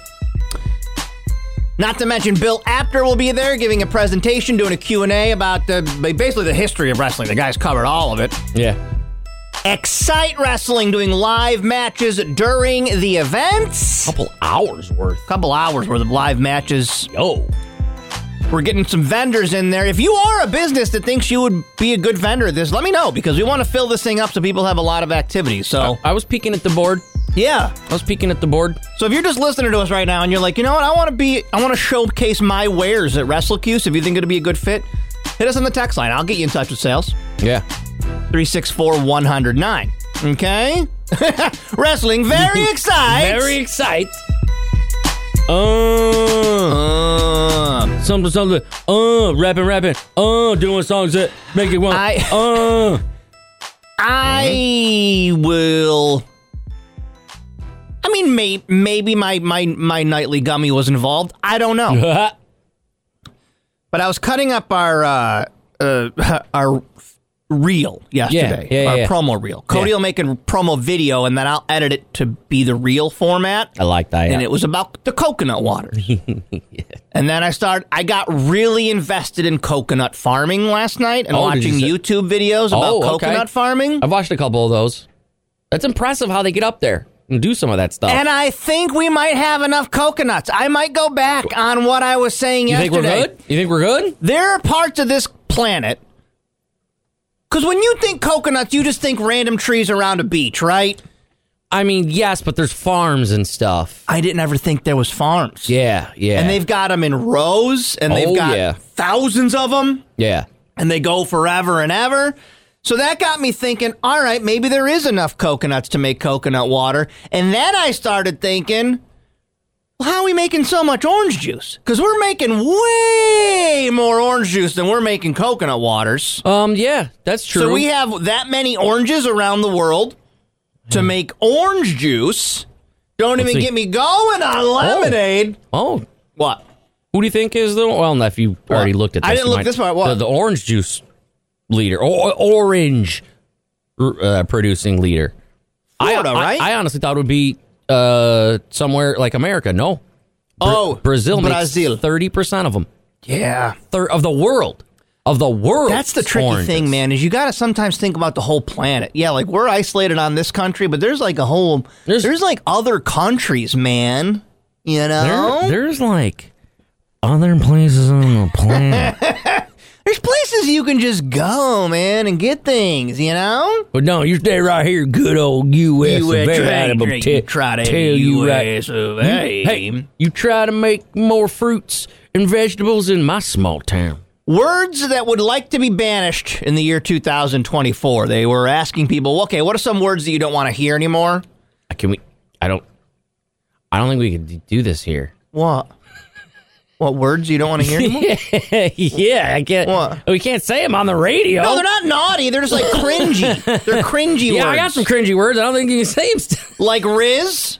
B: Not to mention Bill Apter will be there giving a presentation, doing a Q&A about the, basically the history of wrestling. The guy's covered all of it.
A: Yeah.
B: Excite Wrestling doing live matches during the events.
A: couple hours worth.
B: couple hours worth of live matches.
A: Yo.
B: We're getting some vendors in there. If you are a business that thinks you would be a good vendor at this, let me know because we want to fill this thing up so people have a lot of activity. So,
A: Oh, I was peeking at the board.
B: yeah.
A: I was peeking at the board.
B: So if you're just listening to us right now and you're like, you know what, I want to be, I want to showcase my wares at WrestleCuse. If you think it'd be a good fit, hit us on the text line. I'll get you in touch with sales.
A: Yeah.
B: 364-109. Okay? (laughs) Wrestling, very exciting.
A: Very excited. Uh,
B: Um,
A: something, something. Uh, rapping, rapping. Uh, doing songs that make Uh. it one.
B: I-
A: uh, (laughs)
B: I will. I mean, may, maybe my, my my nightly gummy was involved. I don't know. But I was cutting up our uh, uh, (laughs) our reel yesterday,
A: Yeah, yeah,
B: our
A: yeah.
B: promo reel. Cody
A: Yeah.
B: will make a promo video, and then I'll edit it to be the reel format.
A: I like that.
B: And it was about the coconut
A: (laughs)
B: water. And then I started. I got really invested in coconut farming last night and
A: Oh, did
B: watching
A: you
B: YouTube videos about
A: Oh, okay.
B: coconut farming.
A: I've watched a couple of those. That's impressive how they get up there. and do some of that stuff.
B: And I think we might have enough coconuts. I might go back on what I was saying
A: you think
B: yesterday.
A: we're good? You think we're good?
B: There are parts of this planet. Because when you think coconuts, you just think random trees around a beach, right?
A: I mean, yes, but there's farms and stuff.
B: I didn't ever think there was farms.
A: Yeah, yeah,
B: And they've got them in rows, and
A: Oh,
B: they've got
A: yeah.
B: thousands of them,
A: yeah.
B: and they go forever and ever. So that got me thinking, all right, maybe there is enough coconuts to make coconut water. And then I started thinking, well, how are we making so much orange juice? Because we're making way more orange juice than we're making coconut waters.
A: Um, yeah, that's true.
B: So we have that many oranges around the world to make orange juice. Don't
A: Hmm. Let's
B: even
A: see.
B: get me going on lemonade.
A: oh,
B: What?
A: who do you think is the? Well, if you already looked at, this,
B: I didn't
A: you
B: look
A: might-
B: this far. What?
A: The, the orange juice leader, or, orange uh, producing leader.
B: Florida,
A: I,
B: right?
A: I, I honestly thought it would be uh somewhere like America. No, Bra-
B: oh,
A: Brazil,
B: Brazil.
A: thirty percent of them,
B: yeah,
A: thir- of the world, of the world.
B: that's the tricky thing, man. Is you got to sometimes think about the whole planet. Yeah, like we're isolated on this country, but there's like a whole
A: There's-
B: there's, like other countries, man. You know,
A: There, there's like other places on the
B: (laughs)
A: planet.
B: there's places you can just go, man, and get things. You know.
A: But no, you stay right here, good old U.S. of A. I'll te- tell you right.
B: of
A: You- hey, you try to make more fruits and vegetables in my small town.
B: Words that would like to be banished in the year 2024. They were asking people, okay, what are some words that you don't want to hear anymore?
A: I Can we? I don't. I don't think we could do this here. (laughs)
B: What? What words you don't want to hear
A: (laughs)
B: anymore?
A: yeah, I can't.
B: What?
A: We can't say them on the radio.
B: No, they're not naughty. They're just like cringy. They're cringy
A: yeah,
B: words.
A: I got some cringy words. I don't think you can say them. (laughs) Still.
B: Like Riz.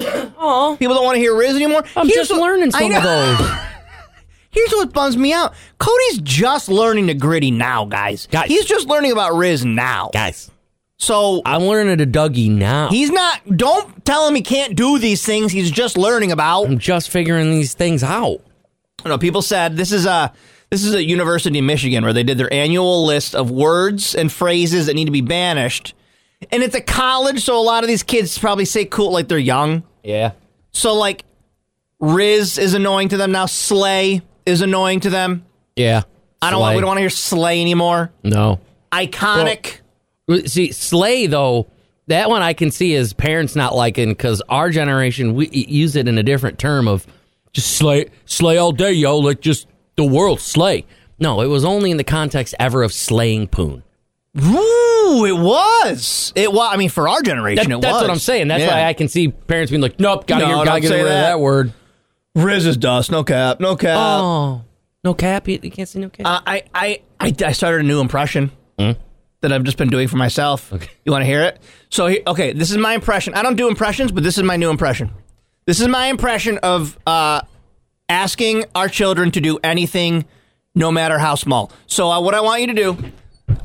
B: Oh. People don't want to hear Riz anymore.
A: I'm
B: Here's
A: just
B: what-
A: learning
B: I
A: some of
B: know.
A: those.
B: Here's what bums me out. Cody's just learning the gritty now, guys.
A: Guys.
B: He's just learning about Riz now.
A: (laughs) Guys,
B: So
A: I'm learning to Dougie now.
B: He's not. Don't tell him he can't do these things. He's just learning about.
A: I'm just figuring these things out.
B: You know, people said this is a this is a University in Michigan where they did their annual list of words and phrases that need to be banished, and it's a college, so a lot of these kids probably say cool like they're young.
A: Yeah.
B: So like, Riz is annoying to them now. Slay is annoying to them.
A: Yeah.
B: I don't want. We don't want to hear Slay anymore.
A: No.
B: Iconic.
A: See, Slay though, that one I can see is parents not liking because our generation we e- use it in a different term of just slay, slay all day, yo, like just the world slay. No, it was only in the context ever of slaying poon.
B: Ooh, it was. It was. I mean, for our
A: That-
B: generation, it
A: that's
B: was.
A: what I'm saying. That's
B: Yeah.
A: why I can see parents being like, nope, gotta,
B: No,
A: hear- gotta
B: don't
A: get
B: say
A: rid of
B: that.
A: that word.
B: Riz is dust. No cap. No cap.
A: oh, no cap. You, you can't see no cap.
B: Uh, I, I, I, I started a new impression that I've just been doing for myself. You want to hear it? So, he- okay, this is my impression. I don't do impressions, but this is my new impression. This is my impression of uh, asking our children to do anything, no matter how small. So, uh, what I want you to do,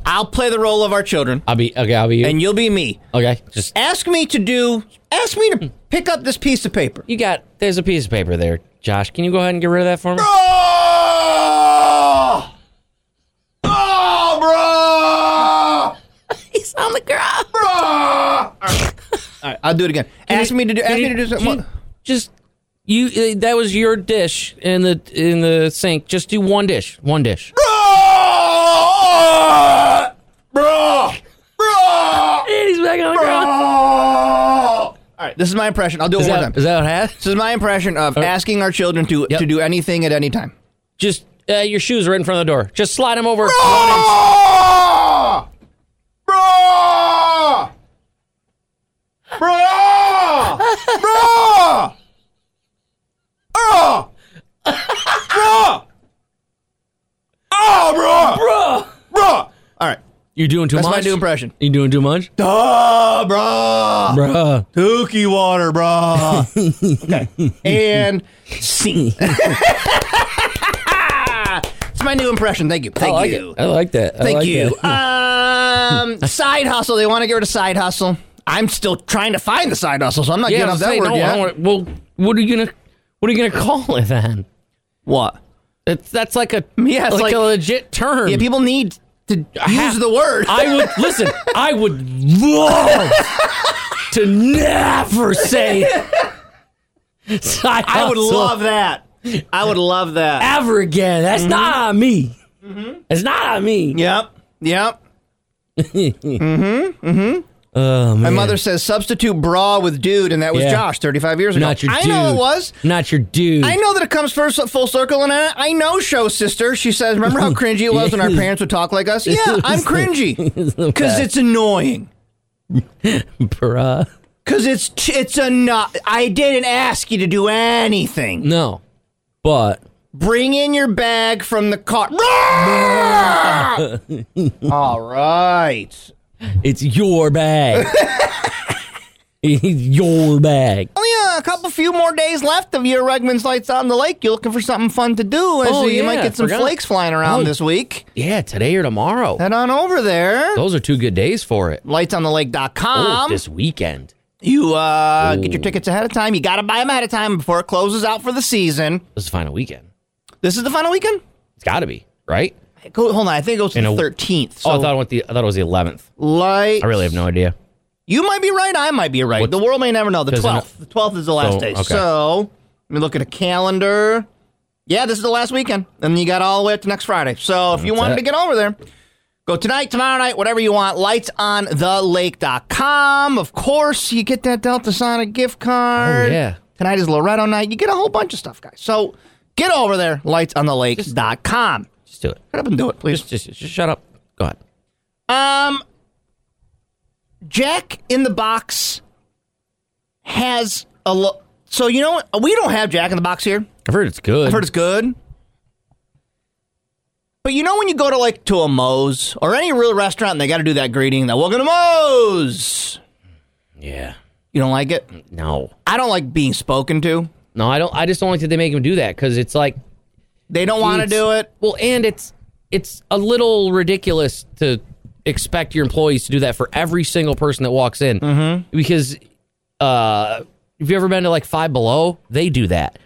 B: I'll play the role of our children,
A: I'll be okay. I'll be you.
B: and you'll be me.
A: okay, just
B: Ask me to do. Ask me to pick up this piece of paper.
A: you got. There's a piece of paper there, Josh. Can you go ahead and get rid of that for me?
B: Oh, oh bro!
A: (laughs) He's on the ground.
B: All right, I'll do it again. ask
A: you-
B: me to do.
A: can
B: Ask
A: you-
B: me to do
A: can you
B: something.
A: Just you. uh, That was your dish in the in the sink. Just do one dish. One dish.
B: Bro, bro, bro.
A: And he's back on the ground.
B: Oh! All right, this is my impression. I'll do it
A: Is
B: one more
A: that,
B: time.
A: is that what happened? (laughs)
B: this is my impression of asking our children to
A: Yep.
B: to do anything at any time.
A: Just uh, your shoes right in front of the door. Just slide them over.
B: Bro, bro, bro, bro, bro.
A: Bro,
B: All right,
A: you doing too
B: that's
A: much.
B: my new impression.
A: You doing too much,
B: Duh, bro.
A: Bruh.
B: Dookie water, bro. okay. And scene. it's my new impression. Thank you. Thank
A: I like
B: you.
A: it. I like that. I
B: Thank
A: like
B: you.
A: that.
B: (laughs) Um, side hustle. They want to get rid of side hustle. I'm still trying to find the side hustle, so I'm not
A: Yeah,
B: getting
A: I
B: off
A: was
B: that
A: saying,
B: word
A: no, I
B: yet.
A: don't wanna- well, what are you gonna what are you gonna call it then?
B: What?
A: It's, that's like a
B: Yeah, it's
A: like,
B: like-
A: a legit term.
B: Yeah, people need to use the word.
A: I would listen. I would love to never say side
B: I
A: (laughs)
B: would
A: hustle
B: love that. I would love that.
A: ever again. That's not on me. It's not on me.
B: Yep. Yep.
A: Mm-hmm. Oh,
B: My
A: man.
B: mother says substitute bra with dude, and that was
A: Yeah.
B: Josh 35 years ago.
A: Not your
B: I
A: dude.
B: know it was.
A: Not your dude.
B: I know that it comes first full circle, and I, I know show sister. She says, "Remember
A: (laughs)
B: how cringy it was when our parents would talk like us? Yeah, I'm cringy
A: (laughs)
B: because it's annoying.
A: bruh.
B: Because it's t- it's a not. I didn't ask you to do anything.
A: No. But
B: Bring in your bag from the car. (laughs) Roar! All right.
A: it's your (laughs) bag. it's your bag.
B: Oh yeah, a couple few more days left of your Regman's Lights Out on the Lake. You're looking for something fun to do, and
A: Oh,
B: so you
A: yeah,
B: might get some
A: forgot.
B: flakes flying around
A: Oh.
B: this week.
A: Yeah, today or tomorrow.
B: Head on over there.
A: Those are two good days for it. Oh,
B: lightsonthelake.com.
A: this weekend.
B: You uh,
A: Ooh.
B: get your tickets ahead of time. You got to buy them ahead of time before it closes out for the season.
A: This is the final weekend.
B: This is the final weekend?
A: It's got to be, right?
B: Go, hold on. I think it goes to
A: In
B: the
A: a-
B: 13th. So
A: oh, I thought, it went the, I thought it was the 11th.
B: light.
A: I really have no idea.
B: You might be right. I might be right.
A: What-
B: the world may never know. The
A: Doesn't it-
B: 12th. The 12th is the last
A: So,
B: day.
A: okay.
B: So let me look at a calendar. Yeah, this is the last weekend. And you got all the way up to next Friday. So if you
A: That's
B: wanted
A: it.
B: to get over there, go tonight, tomorrow night, whatever you want. Lightsonthelake.com. Of course, you get that Delta Sonic gift card.
A: Oh, yeah.
B: Tonight is Loretto night. You get a whole bunch of stuff, guys. So get over there, lightsonthelake.com.
A: Just do it.
B: Shut up and do it, please.
A: Just, just, just shut up. Go on.
B: Um, Jack in the Box has a lo- so you know what? we don't have Jack in the Box here.
A: I've heard it's good.
B: I've heard it's good, but you know when you go to like to a Moe's or any real restaurant, and they got to do that greeting, that welcome to Moe's.
A: yeah.
B: You don't like it?
A: No.
B: I don't like being spoken to.
A: No, I don't. I just don't like that they make him do that because it's like
B: They don't want to
A: It's-
B: do it.
A: Well, and it's it's a little ridiculous to expect your employees to do that for every single person that walks in mm-hmm. because uh, have you ever been to like Five Below? They do that.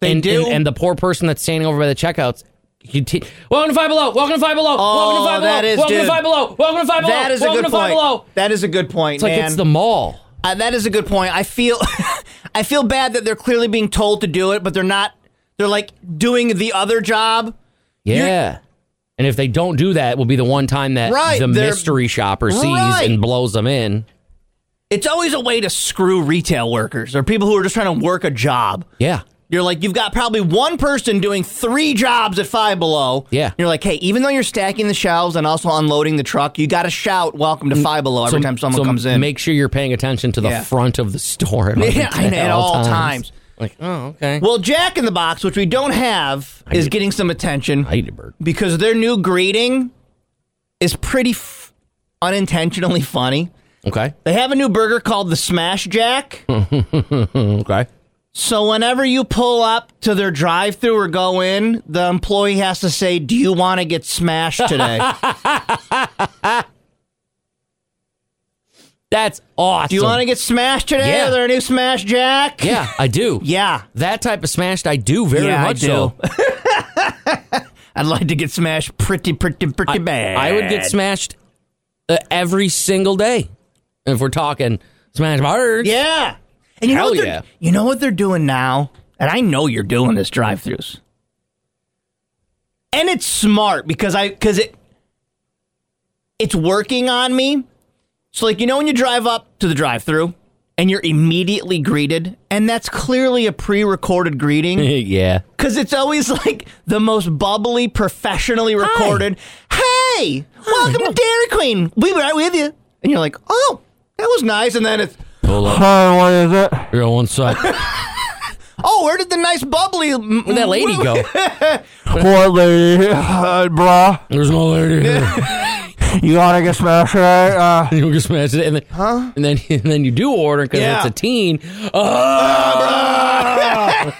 B: They
A: and,
B: do.
A: and, and the poor person that's standing over by the checkouts. You t- welcome to Five Below. Welcome to Five Below. welcome to Five Below.
B: Oh, that is,
A: welcome
B: dude.
A: to Five Below. Welcome to Five Below.
B: that is a
A: welcome
B: good
A: to Five
B: point.
A: Below.
B: That is a good point,
A: It's like
B: man.
A: it's the mall.
B: Uh, that is a good point. I feel, (laughs) I feel bad that they're clearly being told to do it, but they're not. They're like doing the other job.
A: Yeah. and if they don't do that, it will be the one time that
B: Right,
A: the
B: they're-
A: mystery shopper sees
B: Right.
A: and blows them in.
B: It's always a way to screw retail workers or people who are just trying to work a job.
A: Yeah.
B: You're like, you've got probably one person doing three jobs at Five Below.
A: Yeah.
B: You're like, hey, even though you're stacking the shelves and also unloading the truck, you got to shout "Welcome to Five Below" every
A: So-
B: time someone
A: so
B: comes in.
A: Mm, Make sure you're paying attention to the
B: Yeah.
A: front of the store at,
B: (laughs) Yeah, I know, at all times.
A: Like, oh, okay.
B: well, Jack in the Box, which we don't have, is
A: need-
B: getting some attention.
A: Heidelberg.
B: because their new greeting is pretty f- unintentionally funny.
A: Okay.
B: They have a new burger called the Smash Jack.
A: Okay.
B: so whenever you pull up to their drive-through or go in, the employee has to say, "Do you want to get smashed (laughs) today?
A: That's awesome.
B: Do you want to get smashed today?"
A: Yeah.
B: Are there a new Smash Jack?
A: Yeah, I do.
B: (laughs) Yeah.
A: That type of smashed, I do very
B: Yeah, I
A: much
B: do.
A: so.
B: I'd like to get smashed pretty, pretty, pretty bad.
A: I would get smashed uh, every single day. If we're talking smash birds.
B: Yeah. And you know
A: Hell
B: what they're-
A: yeah.
B: You know what they're doing now? And I know you're doing this drive-throughs. And it's smart because I because it it's working on me. So like you know when you drive up to the drive-through and you're immediately greeted and that's clearly a pre-recorded greeting
A: (laughs) yeah.
B: cuz it's always like the most bubbly professionally recorded, "Hey, welcome to Dairy Queen. We were right with you." And you're like, "Oh, that was nice." And then it's
A: Hold up. You're on one side.
B: Oh, where did the nice bubbly
A: Where'd that lady go?
D: (laughs) What lady? Uh, bruh,
A: There's no lady here.
D: you wanna get smashed,
A: (laughs)
D: right? Uh,
A: You'll get smashed. And then, and then, (laughs) and then you do order because
B: Yeah.
A: it's a teen. Ah!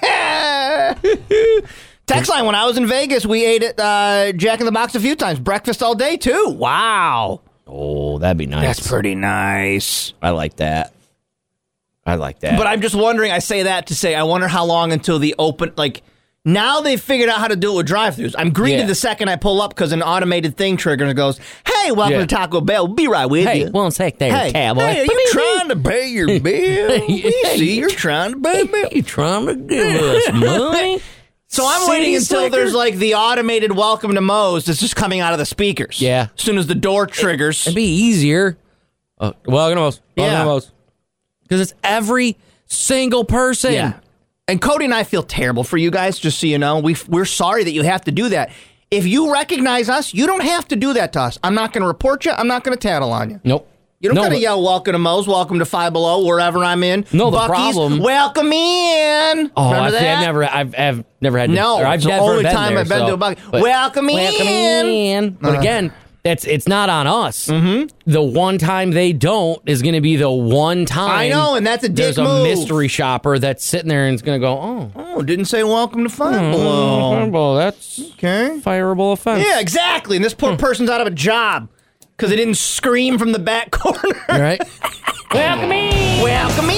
A: (laughs)
B: (laughs) Text line. When I was in Vegas, we ate at uh, Jack in the Box a few times. Breakfast all day too. Wow,
A: oh, that'd be nice.
B: pretty nice.
A: I like that. I like that.
B: But I'm just wondering. I say that to say I wonder how long until the open like Now they've figured out how to do it with drive-throughs. I'm greeted
A: Yeah.
B: the second I pull up because an automated thing triggers and goes, "Hey, welcome
A: Yeah.
B: to Taco Bell. Be right with
A: Hey,
B: you."
A: one sec there,
B: hey,
A: cowboy.
B: hey, are you trying to pay (laughs) your bill? we
A: Hey.
B: see you're trying to pay bill.
A: You trying to
B: (laughs)
A: give us money?
B: So I'm
A: City
B: waiting until
A: slicker?
B: there's like the automated welcome to Moe's that's just coming out of the speakers.
A: Yeah.
B: As soon as the door triggers.
A: It'd be easier. Uh, welcome to most. Welcome
B: Yeah.
A: to most. Because it's every single person.
B: Yeah. And Cody and I feel terrible for you guys, just so you know. We, we're sorry that you have to do that. If you recognize us, you don't have to do that to us. I'm not going to report you. I'm not going to tattle on you.
A: Nope.
B: You don't
A: No,
B: got to
A: but-
B: yell welcome to Moe's, welcome to Five Below, wherever I'm in.
A: No, the
B: Buc-ee's,
A: problem-
B: Welcome in.
A: Oh,
B: Remember
A: I've,
B: that?
A: I've never, I've, I've never had. to-
B: No,
A: or I've
B: it's the
A: never
B: only
A: been
B: time
A: there,
B: I've been
A: so-
B: to a bucket.
A: but-
B: Welcome in.
A: But again, that's it's not on us. Mm-hmm. The one time they don't is going to be the one time.
B: I know, and that's a dick
A: there's a
B: move.
A: mystery shopper that's sitting there and is going to go, oh,
B: Oh, didn't say welcome to Five
A: Mm-hmm.
B: Below.
A: well, that's
B: Okay.
A: fireable offense.
B: Yeah, exactly. And this
A: Hmm.
B: poor person's out of a job because they didn't scream from the back (laughs) corner.
A: (laughs) right. Welcome in.
B: Welcome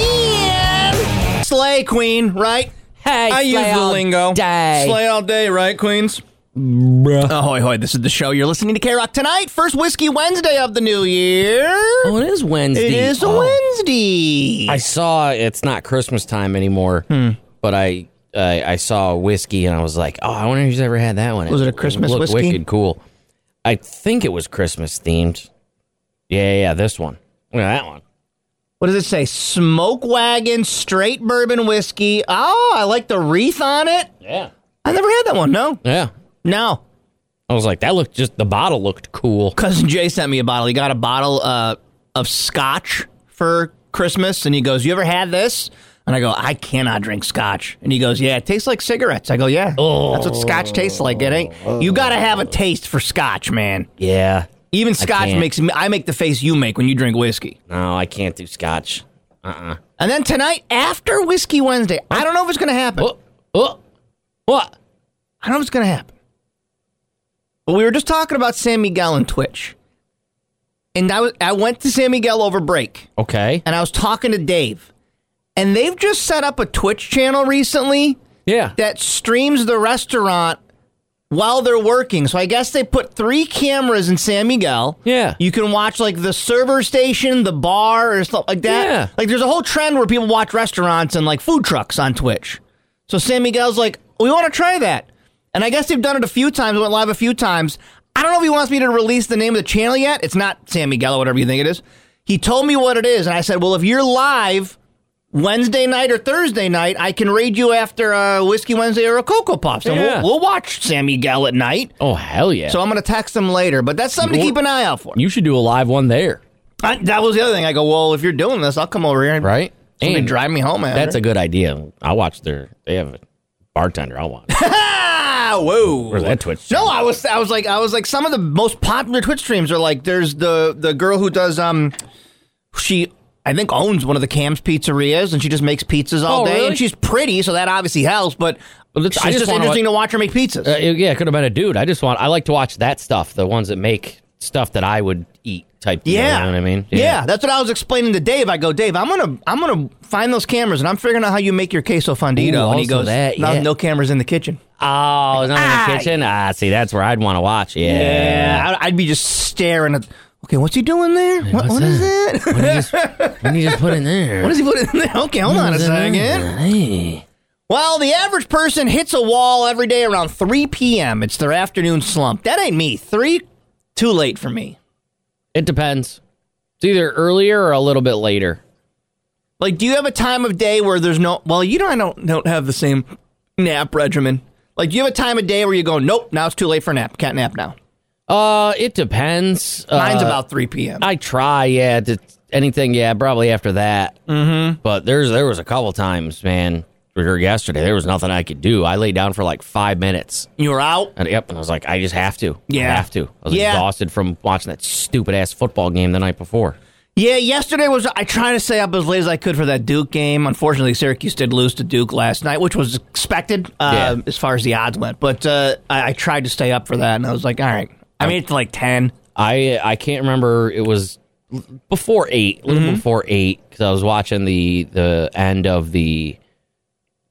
B: in. Slay queen, right?
A: Hey,
B: I use
A: slay
B: the
A: all
B: lingo.
A: Day.
B: Slay all day, right, queens?
A: Bruh.
B: Ahoy, hoy. This is the show you're listening to K Rock tonight. First Whiskey Wednesday of the new year.
A: Oh, it is Wednesday.
B: it is
A: Oh.
B: a Wednesday.
A: I saw it's not Christmas time anymore,
B: Hmm.
A: but I, I I saw a whiskey and I was like, oh, I wonder who's ever had that one.
B: Was it a Christmas
A: looked
B: whiskey?
A: Wicked cool. I think it was Christmas themed. Yeah, yeah, yeah, this one. Look at that one.
B: what does it say? Smoke wagon, straight bourbon whiskey. Oh, I like the wreath on it.
A: Yeah,
B: I never had that one. No,
A: yeah.
B: no.
A: I was like, that looked just the bottle looked cool.
B: cousin Jay sent me a bottle. He got a bottle uh, of scotch for Christmas, and he goes, "You ever had this?" And I go, "I cannot drink scotch." And he goes, "Yeah, it tastes like cigarettes." I go, "Yeah, that's what scotch tastes like. It ain't. You gotta have a taste for scotch, man.
A: Yeah.
B: Even scotch
A: can't.
B: makes me. I make the face you make when you drink whiskey."
A: No, I can't do scotch.
B: And then tonight, after Whiskey Wednesday, I don't know if it's gonna happen.
A: Oh, oh, what?
B: I don't know if it's gonna happen. But we were just talking about San Miguel and Twitch, and I was I went to San Miguel over break.
A: Okay.
B: and I was talking to Dave, and they've just set up a Twitch channel recently
A: Yeah.
B: that streams the restaurant while they're working. So I guess they put three cameras in San Miguel.
A: Yeah.
B: You can watch like the server station, the bar, or stuff like that.
A: Yeah.
B: Like there's a whole trend where people watch restaurants and like food trucks on Twitch. So San Miguel's like, we want to try that. And I guess they've done it a few times, went live a few times. I don't know if he wants me to release the name of the channel yet. It's not San Miguel or whatever you think it is. He told me what it is, and I said, well, if you're live, Wednesday night or Thursday night, I can raid you after a Whiskey Wednesday or a Cocoa Puffs. And
A: Yeah.
B: we'll, we'll watch San Miguel at night.
A: oh hell yeah.
B: So I'm going to text him later, but that's something to keep an eye out for.
A: you should do a live one there,
B: I, that was the other thing. I go, well, if you're doing this, I'll come over here and
A: right?
B: somebody drive me home. After.
A: That's a good idea. I'll watch their. They have a bartender. I'll watch.
B: ah, whoa.
A: Where's that
B: (laughs)
A: Twitch?
B: No, I was I was like I was like some of the most popular Twitch streams are like there's the the girl who does um she I think owns one of the Cam's pizzerias and she just makes pizzas all
A: Oh,
B: day
A: really?
B: and she's pretty so that obviously helps but
A: Well,
B: it's
A: that's- I
B: just,
A: just wanna
B: interesting to watch her make pizzas.
A: Uh, it- yeah, it could have been a dude. I just want. I like to watch that stuff. The ones that make stuff that I would eat. Type. Deal,
B: yeah,
A: You know what I mean?
B: Yeah. that's what I was explaining to Dave. I go, Dave, I'm gonna I'm gonna find those cameras and I'm figuring out how you make your queso fundido.
A: Ooh,
B: and he
A: also
B: goes,
A: that,
B: no,
A: yeah.
B: no cameras in the kitchen.
A: Oh, it's not in the kitchen. Ah, see, that's where I'd want to watch. Yeah.
B: Yeah, I'd, I'd be just staring at. Okay, what's he doing there? What,
A: what's
B: what is that?
A: What do you just, what do you just put in
B: (laughs)
A: there?
B: What does he put in there? Okay, hold on a second.
A: Hey.
B: Well, the average person hits a wall every day around 3 p.m. It's their afternoon slump. That ain't me. Three, too late for me.
A: It depends. It's either earlier or a little bit later.
B: Like, do you have a time of day where there's no? Well, you know, I don't don't have the same nap regimen. Like, do you have a time of day where you go, nope, now it's too late for a nap. Can't nap now.
A: Uh, it depends.
B: Mine's
A: uh,
B: about 3 p.m.
A: I try, yeah, to anything, yeah, probably after that. Mm-hmm. But there's there was a couple times, man, or yesterday, there was nothing I could do. I laid down for like five minutes,
B: you were out.
A: and yep, and I was like, I just have to,
B: Yeah.
A: I have to. I was
B: Yeah.
A: exhausted from watching that stupid ass football game the night before.
B: Yeah, yesterday was I tried to stay up as late as I could for that Duke game. Unfortunately, Syracuse did lose to Duke last night, which was expected uh,
A: Yeah.
B: as far as the odds went. But uh, I, I tried to stay up for that, and I was like, all right. I made it to like ten.
A: I I can't remember. It was before eight, a little before eight, because I was watching the the end of the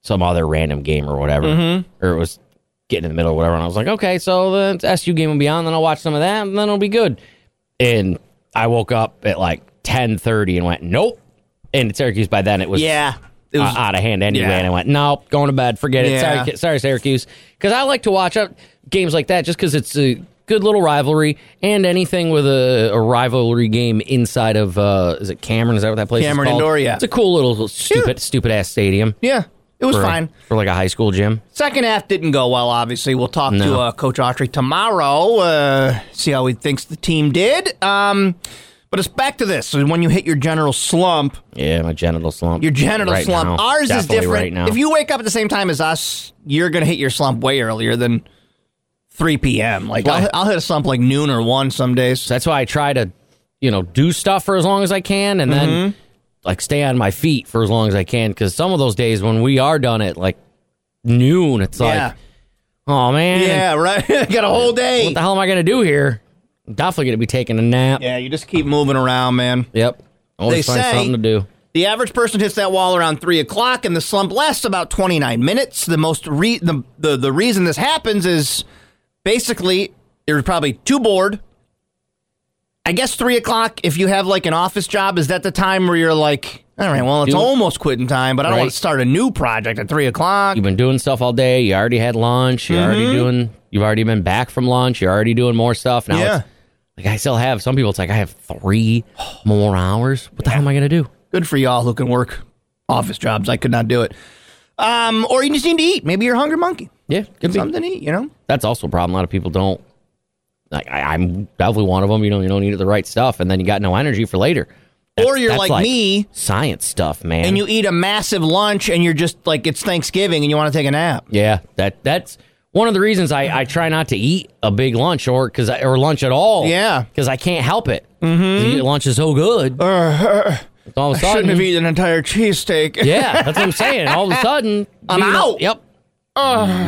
A: some other random game or whatever, or it was getting in the middle or whatever. And I was like, okay, so the SU game will be on, then I'll watch some of that, and then it'll be good. And I woke up at like ten thirty and went, nope. And Syracuse by then it was
B: yeah. It was,
A: uh, out of hand anyway.
B: Yeah.
A: And I went, no, going to bed. Forget it.
B: Yeah.
A: Sorry, Ki- sorry Syracuse. Because I like to watch up games like that just because it's a good little rivalry and anything with a, a rivalry game inside of, uh, is it Cameron? Is that what that place
B: Cameron
A: is called?
B: Indoor, yeah.
A: It's a cool little stupid, stupid ass stadium.
B: yeah. It was
A: for-
B: fine.
A: For like a high school gym.
B: Second half didn't go well, obviously. We'll talk to
A: No.
B: uh, Coach Autry tomorrow, uh, see how he thinks the team did. Um, but it's back to this. So when you hit your general slump,
A: Yeah, my genital slump.
B: your genital
A: Right
B: slump,
A: now.
B: ours is
A: Definitely
B: different.
A: Right now.
B: If you wake up at the same time as us, you're going to hit your slump way earlier than 3 p.m. Like, I'll,
A: Why?
B: I'll hit a slump like noon or 1 some days.
A: So that's why I try to, you know, do stuff for as long as I can and
B: Mm-hmm.
A: then like stay on my feet for as long as I can. Cause some of those days when we are done at like noon, it's
B: Yeah.
A: like, oh man,
B: Yeah, right. (laughs) Got a whole day.
A: what the hell am I going to do here? I'm definitely going to be taking a nap.
B: Yeah, you just keep moving around, man.
A: Yep. Always
B: They
A: find
B: say-
A: something to do.
B: The average person hits that wall around three o'clock, and the slump lasts about twenty nine minutes. The most re- the, the the reason this happens is basically you're probably too bored. I guess three o'clock, if you have like an office job, is that the time where you're like, all right, well, it's
A: Do it.
B: almost quitting time, but I don't
A: Right.
B: want to start a new project at three o'clock.
A: You've been doing stuff all day. You already had lunch. You're
B: Mm-hmm.
A: already doing, you've already been back from lunch. You're already doing more stuff. Now
B: Yeah.
A: it's like I still have, some people, it's like I have three more hours. What the hell am I going to do?
B: Good for y'all who can work office jobs. I could not do it. Um, or you just need to eat. Maybe you're a hungry monkey.
A: Yeah. Could be.
B: Something to eat, you know.
A: that's also a problem. A lot of people don't. Like I, I'm definitely one of them. You know, you don't eat the right stuff, and then you got no energy for later.
B: Or you're
A: that's
B: like me.
A: science stuff, man.
B: and you eat a massive lunch and you're just like it's Thanksgiving and you want to take a nap.
A: yeah, that that's one of the reasons I, I try not to eat a big lunch or because or lunch at all.
B: Yeah.
A: because I can't help it. Mm-hmm. Lunch is so good. It's all
B: Uh, (laughs)
A: of a sudden,
B: Shouldn't have eaten an entire cheesesteak.
A: yeah, that's what I'm saying. All of a sudden,
B: (laughs) I'm
A: you know-
B: out.
A: Yep.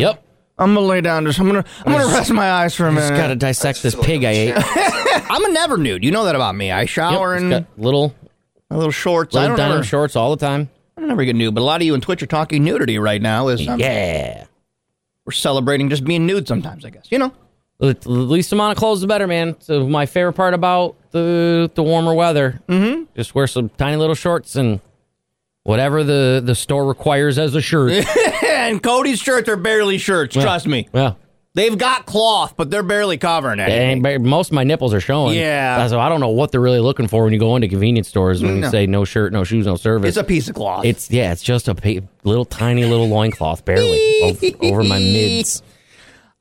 A: yep.
B: I'm gonna lay down. Just I'm gonna I'm gonna rest my eyes for a minute.
A: Just got to dissect this pig I ate. Yep,
B: I'm a never nude. You know that about me. I shower
A: it's
B: in
A: got little
B: my little shorts. I
A: little
B: don't
A: denim
B: ever,
A: shorts all the time.
B: I don't ever get nude, but a lot of you on Twitch are talking nudity right now. Is um,
A: Yeah.
B: we're celebrating just being nude sometimes. I guess you know.
A: The the least amount of clothes, the better, man. So my favorite part about the the warmer weather, mm-hmm. just wear some tiny little shorts and whatever the the store requires as
B: (laughs)
A: a shirt.
B: and Cody's shirts are barely shirts. Trust me,
A: well,
B: they've got cloth, but they're barely covering it.
A: it ain't ba- most of my nipples are showing.
B: Yeah.
A: so I don't know what they're really looking for when you go into convenience stores when
B: No.
A: you say no shirt, no shoes, no service.
B: It's a piece of cloth.
A: It's- yeah, it's just a pa- little tiny little loincloth barely over, over my mids.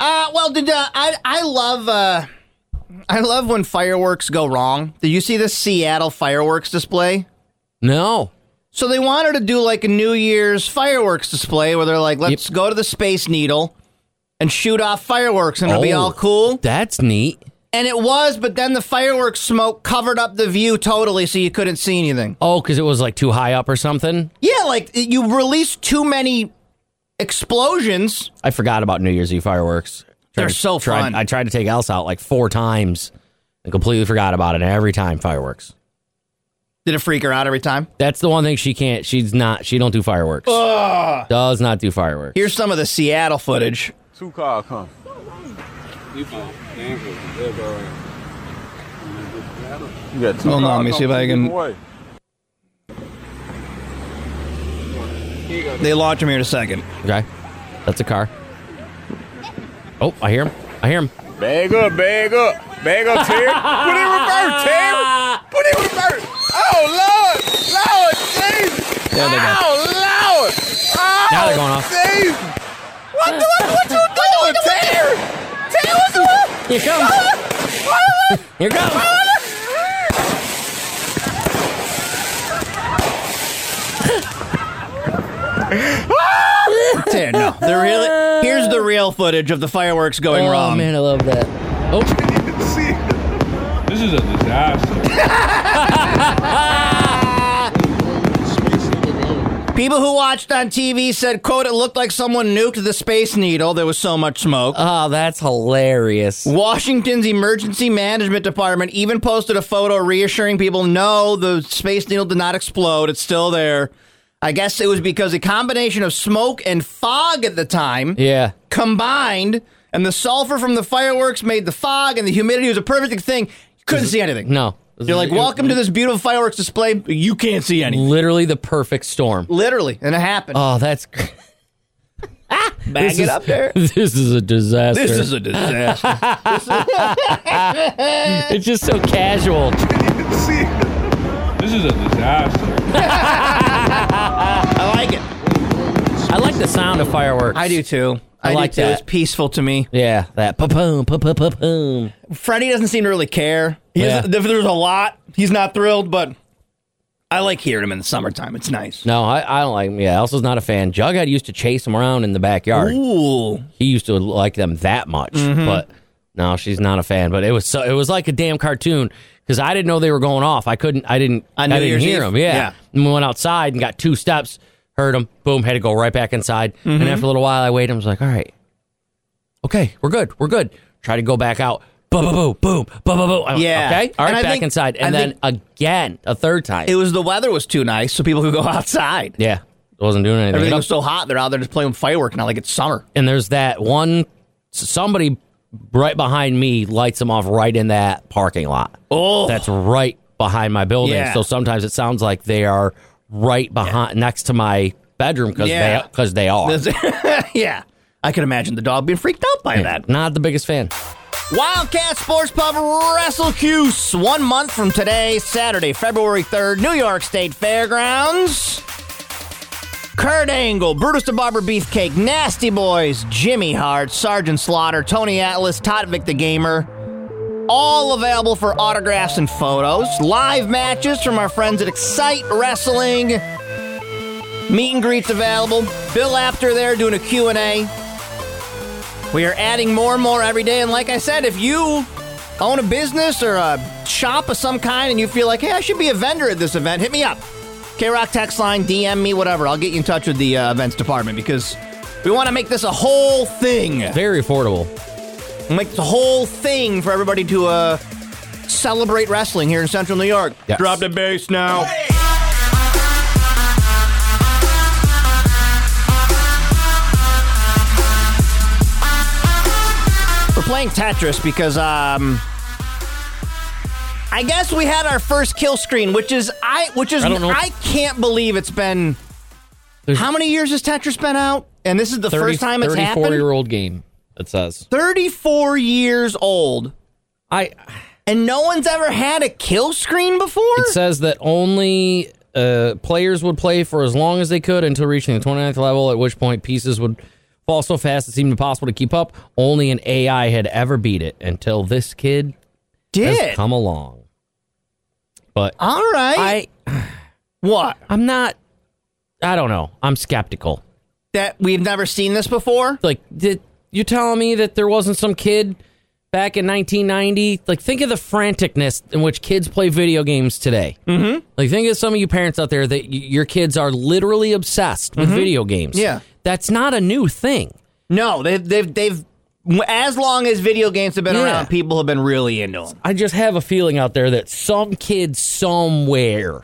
B: Uh, well, did uh, I? I love. Uh, I love when fireworks go wrong. Did you see the Seattle fireworks display?
A: No,
B: So they wanted to do like a New Year's fireworks display where they're like, let's go to the Space Needle and shoot off fireworks and it'll be
A: Oh.
B: all cool.
A: that's neat.
B: And it was, but then the fireworks smoke covered up the view totally, so you couldn't see anything.
A: Oh, because it was like too high up or something.
B: Yeah, like you released too many explosions.
A: I forgot about New Year's Eve fireworks.
B: They're
A: Tried-
B: so
A: tried-
B: fun.
A: I tried to take Elsa out like four times and completely forgot about it. And every time fireworks.
B: Did it freak her out every time?
A: That's the one thing she can't. She's not. She don't do fireworks. Does not do fireworks.
B: Here's some of the Seattle footage.
E: Two car come. You got two
B: Hold on,
E: car
B: let me
E: come
B: see if I
E: two
B: can-
E: different way.
B: They launch them here in a second.
A: Okay, that's a car. Oh, I hear him. I hear him.
E: Bag up, bag up, bag up, Terry. Put it in reverse, Terry. Put it in reverse. Oh Lord, Lord Jesus.
A: There they go.
E: Oh Lord. Oh,
A: Now they're going off.
E: Jesus. What the what you doing, Terry? Terry, what you doing?
A: Here comes. (laughs) Here comes.
B: Yeah, no, the real. Here's the real footage of the fireworks going
A: Oh
B: wrong.
A: man, I love that.
B: (laughs)
A: Oh.
F: This is a disaster.
B: People who watched on TV said, "quote It looked like someone nuked the Space Needle. There was so much smoke."
A: (laughs) Oh, that's hilarious.
B: Washington's Emergency Management Department even posted a photo reassuring people, "No, the Space Needle did not explode. It's still there." I guess it was because a combination of smoke and fog at the time
A: Yeah.
B: combined, and the sulfur from the fireworks made the fog, and the humidity was a perfect thing. You couldn't see anything.
A: No.
B: You're like, welcome to this beautiful fireworks display. but You can't see anything.
A: Literally the perfect storm.
B: Literally. And it happened.
A: Oh, that's
B: Back
A: this
B: it
A: is-
B: up there.
A: (laughs) This is a disaster.
B: This is a disaster.
A: it's just so casual.
F: This is a disaster.
B: (laughs) I like it.
A: I like the sound of fireworks.
B: I do too. I,
A: I like
B: do too.
A: that.
B: It's peaceful to me.
A: Yeah, that pa boom, pa pa pa boom.
B: Freddie doesn't seem to really care. He
A: Yeah.
B: doesn't- There's a lot. He's not thrilled, but I like hearing him in the summertime. It's nice.
A: No, I, I don't like. Yeah, Elsa's not a fan. Jughead used to chase him around in the backyard.
B: Ooh.
A: He used to like them that much,
B: Mm-hmm.
A: but no, she's not a fan. But it was so it was like a damn cartoon because I didn't know they were going off. I couldn't. I didn't. I,
B: On New
A: didn't
B: Year's
A: hear
B: Eve?
A: them. Yeah.
B: Yeah.
A: And we went outside and got two steps. Heard them. Boom. Had to go right back inside.
B: Mm-hmm.
A: And after a little while, I waited. I was like, all right, okay, we're good. We're good. Try to go back out. Boom, boom, boom, boom, boom, boom, boom. I went,
B: Yeah.
A: Okay. All right.
B: And I
A: back
B: think-
A: inside. And
B: I
A: then again, a third time.
B: It was the weather was too nice, so people could go (laughs) outside.
A: yeah. Wasn't doing anything.
B: Everything
A: It
B: was so hot. They're out there just playing with fireworks now, like it's summer.
A: and there's that one somebody right behind me lights them off right in that parking lot
B: Oh,
A: that's right behind my building
B: Yeah.
A: so sometimes it sounds like they are right behind next to my bedroom because
B: Yeah.
A: they because they are
B: (laughs) yeah. I could imagine the dog being freaked out by that.
A: not the biggest fan
B: Wildcat Sports Pub WrestleCuse. One month from today, Saturday, February 3rd, New York State Fairgrounds. Kurt Angle, Brutus the Barber Beefcake, Nasty Boys, Jimmy Hart, Sergeant Slaughter, Tony Atlas, Todd Vic the Gamer. All available for autographs and photos. Live matches from our friends at Excite Wrestling. Meet and greets available. Bill After there doing a Q&A. We are adding more and more every day. And like I said, if you own a business or a shop of some kind and you feel like, hey, I should be a vendor at this event, hit me up. K Rock text line, DM me, whatever. I'll get you in touch with the uh, events department because we want to make this a whole thing.
A: very affordable
B: Make the whole thing for everybody to uh, celebrate wrestling here in Central New York.
A: Yes.
B: Drop the bass now. We're playing Tetris because um, I guess we had our first kill screen, which is I, which is
A: I don't know.
B: I can't believe it's been.
A: There's-
B: how many years has Tetris been out? And this is the first time it's
A: 34
B: happened.
A: year old game it says
B: 34 years old
A: i
B: and no one's ever had a kill screen before?
A: it says that only uh, players would play for as long as they could until reaching the 29th level, at which point pieces would fall so fast it seemed impossible to keep up. Only an AI had ever beat it until this kid has
B: Did.
A: come along. But
B: All right.
A: I,
B: what?
A: I'm not. I don't know. I'm skeptical.
B: That we've never seen this before?
A: Like, did you telling me that there wasn't some kid back in 1990? Like, think of the franticness in which kids play video games today. Mm-hmm. Like, think of some of you parents out there that y- your kids are literally obsessed with video games.
B: Mm-hmm. Yeah.
A: that's not a new thing.
B: No, they've, they've, they've, as long as video games have been
A: Yeah.
B: around, people have been really into them.
A: I just have a feeling out there that some kid somewhere.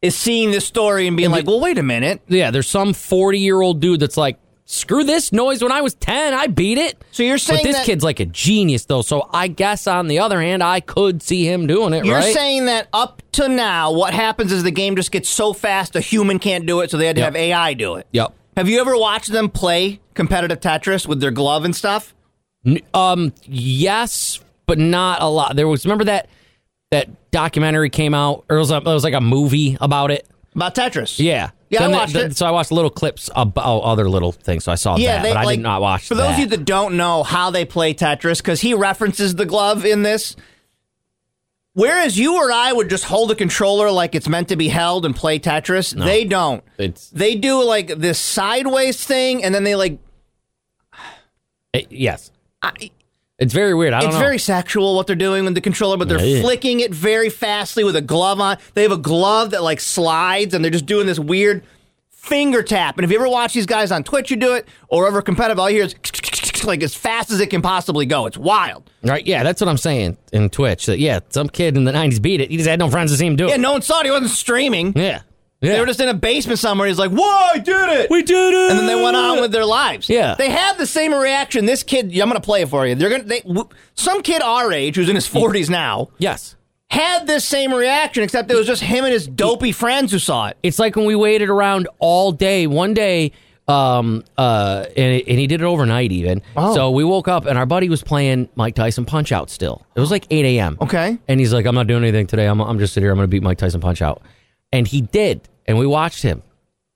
B: Is seeing this story and being like, well, wait a minute.
A: Yeah, there's some 40 year old dude that's like, screw this noise. When I was 10, I beat it.
B: So you're saying
A: But this
B: that-
A: kid's like a genius, though. So I guess on the other hand, I could see him doing it.
B: You're
A: right?
B: saying that up to now, what happens is the game just gets so fast a human can't do it, so they had to
A: Yep.
B: have AI do it.
A: Yep.
B: Have you ever watched them play competitive Tetris with their glove and stuff?
A: N- Um. Yes, but not a lot. There was. Remember that that documentary came out, or it was, a, it was like a movie about it.
B: About Tetris?
A: Yeah.
B: Yeah, I
A: Then that-
B: watched it.
A: So I watched little clips about other little things. So I saw that, but I
B: like,
A: did not watch.
B: For those
A: that.
B: of you that don't know how they play Tetris, because he references the glove in this. Whereas you or I would just hold the controller like it's meant to be held and play Tetris, they don't.
A: it's
B: They do like this sideways thing, and then they like.
A: it- yes,
B: I,
A: it's very weird. I don't
B: it's
A: know.
B: very sexual what they're doing with the controller, but they're
A: Yeah.
B: flicking it very fastly with a glove on. They have a glove that like slides, and they're just doing this weird finger tap. And if you ever watch these guys on Twitch, you do it or ever competitive, all you hear is (laughs) like as fast as it can possibly go. It's wild.
A: right. Yeah, that's what I'm saying in Twitch. That yeah, some kid in the '90s beat it. He just had no friends to see him do it.
B: Yeah, no one saw it. He wasn't streaming.
A: Yeah.
B: They were just in a basement somewhere. He's like, "Whoa, I did it!
A: We did it!"
B: And then they went on with their lives.
A: Yeah.
B: they had the same reaction. This kid, I'm going to play it for you. They're going to they, w- some kid our age who's in his 40s now
A: Yes.
B: had this same reaction, except it was just him and his dopey friends who saw it.
A: It's like when we waited around all day. One day, um, uh, and, and he did it overnight even.
B: Oh.
A: So we woke up and our buddy was playing Mike Tyson Punch Out still. It was like 8 a.m.
B: Okay.
A: And he's like, I'm not doing anything today. I'm, I'm just sitting here. I'm going to beat Mike Tyson Punch Out. And he did. And we watched him.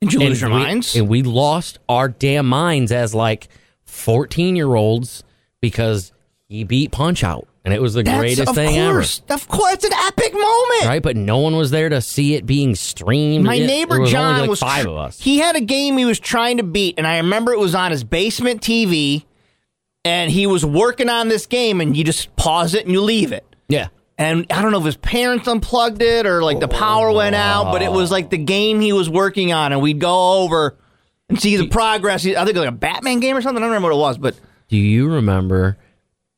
B: Did you
A: and
B: lose your
A: we,
B: minds?
A: And we lost our damn minds as like 14 year olds because he beat Punch Out. And it was the
B: That's-
A: greatest
B: of
A: thing
B: course, Of course, it's an epic moment.
A: ever. Right? But no one was there to see it being streamed.
B: My
A: It-
B: neighbor
A: there was
B: John
A: only like
B: was
A: five
B: tr-
A: of us.
B: He had a game he was trying to beat, and I remember it was on his basement TV, and he was working on this game, and you just pause it and you leave it.
A: Yeah.
B: And I don't know if his parents unplugged it or like the power went out, but it was like the game he was working on, and we'd go over and see the progress. I think it was like a Batman game or something. I don't remember what it was, but
A: Do you remember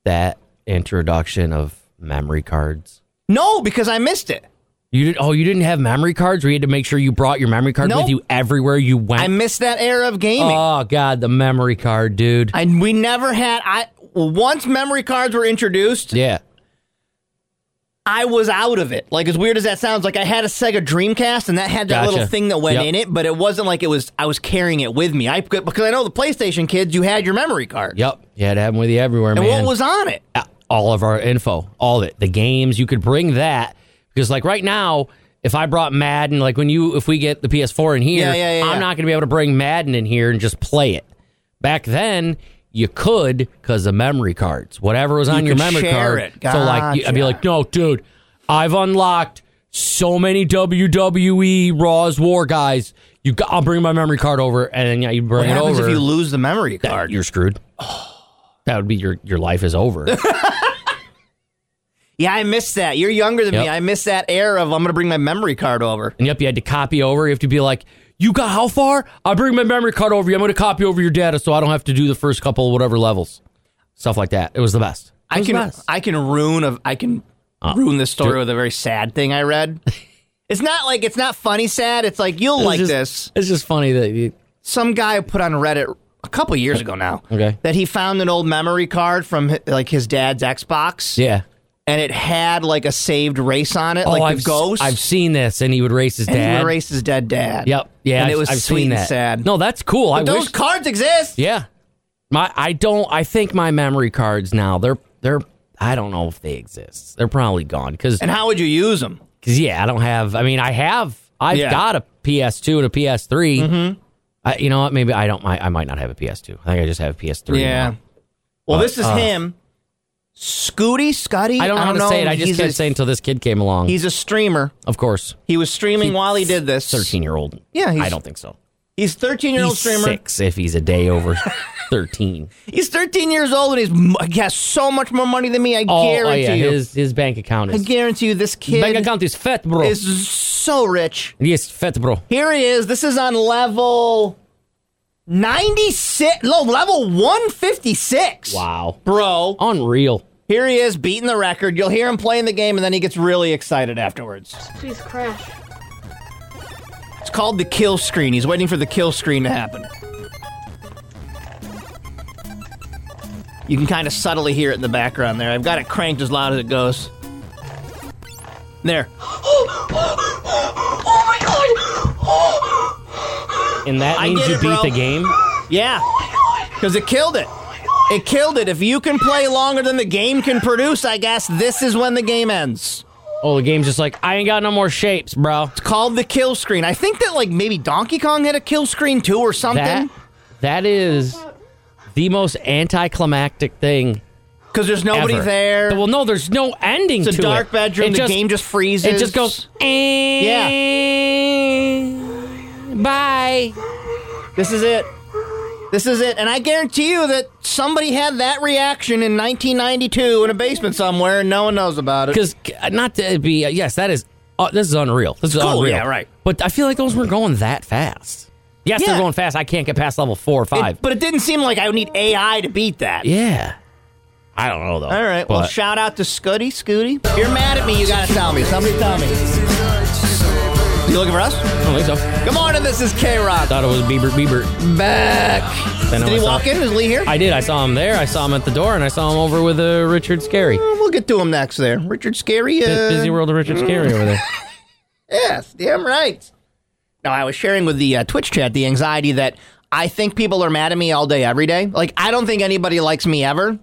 A: that introduction of memory cards?
B: no, because I missed it.
A: You did, oh, you didn't have memory cards where you had to make sure you brought your memory card
B: Nope.
A: with you everywhere you went?
B: I missed that era of gaming.
A: oh, God, the memory card, dude.
B: and we never had. I once memory cards were introduced.
A: yeah.
B: I was out of it. Like as weird as that sounds, like I had a Sega Dreamcast and that had that
A: Gotcha.
B: little thing that went
A: Yep.
B: in it, but it wasn't like it was I was carrying it with me. I because I know the PlayStation kids, you had your memory card.
A: Yep. You had to have them with you everywhere,
B: And
A: man.
B: what was on it?
A: Uh, all of our info, all of it, the games. You could bring that because, like, right now, if I brought Madden, like when you, if we get the PS4 in here,
B: Yeah, yeah, yeah,
A: I'm
B: yeah.
A: not going to be able to bring Madden in here and just play it. Back then, you could because the memory cards, whatever was on your
B: could
A: memory
B: share
A: card.
B: it.
A: So, like, you- I'd be
B: Gotcha.
A: like, no, dude, I've unlocked so many WWE Raw's War guys. You, got, I'll bring my memory card over, and then yeah, you
B: What
A: bring it
B: happens
A: over.
B: if you lose the memory
A: That-
B: card?
A: you're screwed. (sighs) That would be your your life
B: (laughs)
A: is over.
B: yeah, I missed that. You're younger than me.
A: Yep.
B: I missed that era of I'm gonna bring my memory card over.
A: And yep, you had to copy over. You have to be like, you got how far? I'll bring my memory card over you. I'm going to copy over your data so I don't have to do the first couple whatever levels. Stuff like that. It was the best. It
B: I
A: was the
B: can
A: best.
B: I can ruin a I can
A: Uh,
B: ruin this story with a very sad thing I
A: (laughs)
B: read. it's not like it's not funny sad. It's like you'll
A: It's
B: like
A: just-
B: this.
A: It's just funny that you.
B: some guy put on Reddit a couple years ago now.
A: Okay.
B: That he found an old memory card from hi- like his dad's Xbox.
A: Yeah.
B: And it had like a saved race on it, like
A: oh,
B: the
A: I've, s-
B: ghost.
A: I've seen this, and he would race his
B: and he
A: dad.
B: would race his dead dad.
A: Yep. Yeah.
B: And
A: I've-
B: it was
A: I've
B: sweet
A: seen
B: and
A: that.
B: sad.
A: No, that's cool. I
B: but those
A: wish.
B: cards exist.
A: yeah. My I don't. I think my memory cards now they're they're. I don't know if they exist. They're probably gone because
B: And how would you use them?
A: Because yeah, I don't have. I mean, I have. I've
B: Yeah. Mm-hmm.
A: got a PS2 and a PS3. I, you know what? Maybe I don't. I, I might not have a PS2. I think I just have a PS3. now.
B: Well,
A: But,
B: this is
A: uh,
B: him. Scooty Scotty.
A: I don't know how to say it. I just
B: He's
A: kept
B: a,
A: saying until this kid came along.
B: he's a streamer.
A: of course,
B: He was streaming while he did this.
A: thirteen year old.
B: Yeah, he's-
A: I don't think so.
B: He's 13 year old
A: He's
B: streamer.
A: six if he's a
B: (laughs)
A: day over thirteen.
B: He's 13 years old and he's m- he has so much more money than me. I
A: Oh, oh,
B: guarantee
A: yeah,
B: you.
A: his his bank account
B: I
A: is
B: guarantee you, this
A: bank
B: kid
A: account is fat, bro.
B: is so rich.
A: yes, fat, bro.
B: Here he is. This is on level 96. No, level 156.
A: Wow,
B: Bro,
A: unreal.
B: here he is beating the record. You'll hear him playing the game and then he gets really excited afterwards.
G: Please crash.
B: It's called the kill screen. He's waiting for the kill screen to happen. You can kind of subtly hear it in the background there. I've got it cranked as loud as it goes. There.
A: And that
B: I
A: means
B: get
A: you
B: it,
A: beat
B: bro.
A: the game.
B: Yeah. Because it killed it. It killed it. If you can play longer than the game can produce, I guess this is when the game ends.
A: Oh, the game's just like I ain't got no more shapes, bro.
B: It's called the kill screen. I think that, like, maybe Donkey Kong had a kill screen too or
A: That
B: something.
A: that is the most anticlimactic thing.
B: Because there's nobody
A: ever.
B: there.
A: Well, no, there's no ending.
B: It's a
A: to
B: dark
A: it.
B: bedroom.
A: It
B: the
A: just,
B: game just freezes.
A: It just goes. "Eh, Yeah. Bye.
B: This is it. This is it. And I guarantee you that somebody had that reaction in 1992 in a basement somewhere and no one knows about it.
A: Because not to be yes, that is uh, this is unreal. This is
B: cool,
A: unreal.
B: yeah, right.
A: But I feel like those were going that fast. Yes,
B: Yeah.
A: they're going fast. I can't get past level four or
B: It-
A: five.
B: but it didn't seem like I would need AI to beat that.
A: yeah. I don't know though.
B: All right. Well,
A: but-
B: shout out to Scuddy Scooty. If you're mad at me, you gotta tell me. Somebody tell me. You looking for us? I
A: don't think so.
B: Good morning, this is K Rock.
A: Thought it was Bieber Bieber.
B: Back.
A: Then I
B: Did he
A: saw-
B: walk in? Is Lee here?
A: I did. I saw him there. I saw him at the door, and I saw him over with uh, Richard Scary.
B: We'll get to him next there. Richard Scary. Uh,
A: Busy world of Richard Scary over there.
B: Yes, damn right. No, I was sharing with the uh, Twitch chat the anxiety that I think people are mad at me all day, every day. Like, I don't think anybody likes me ever.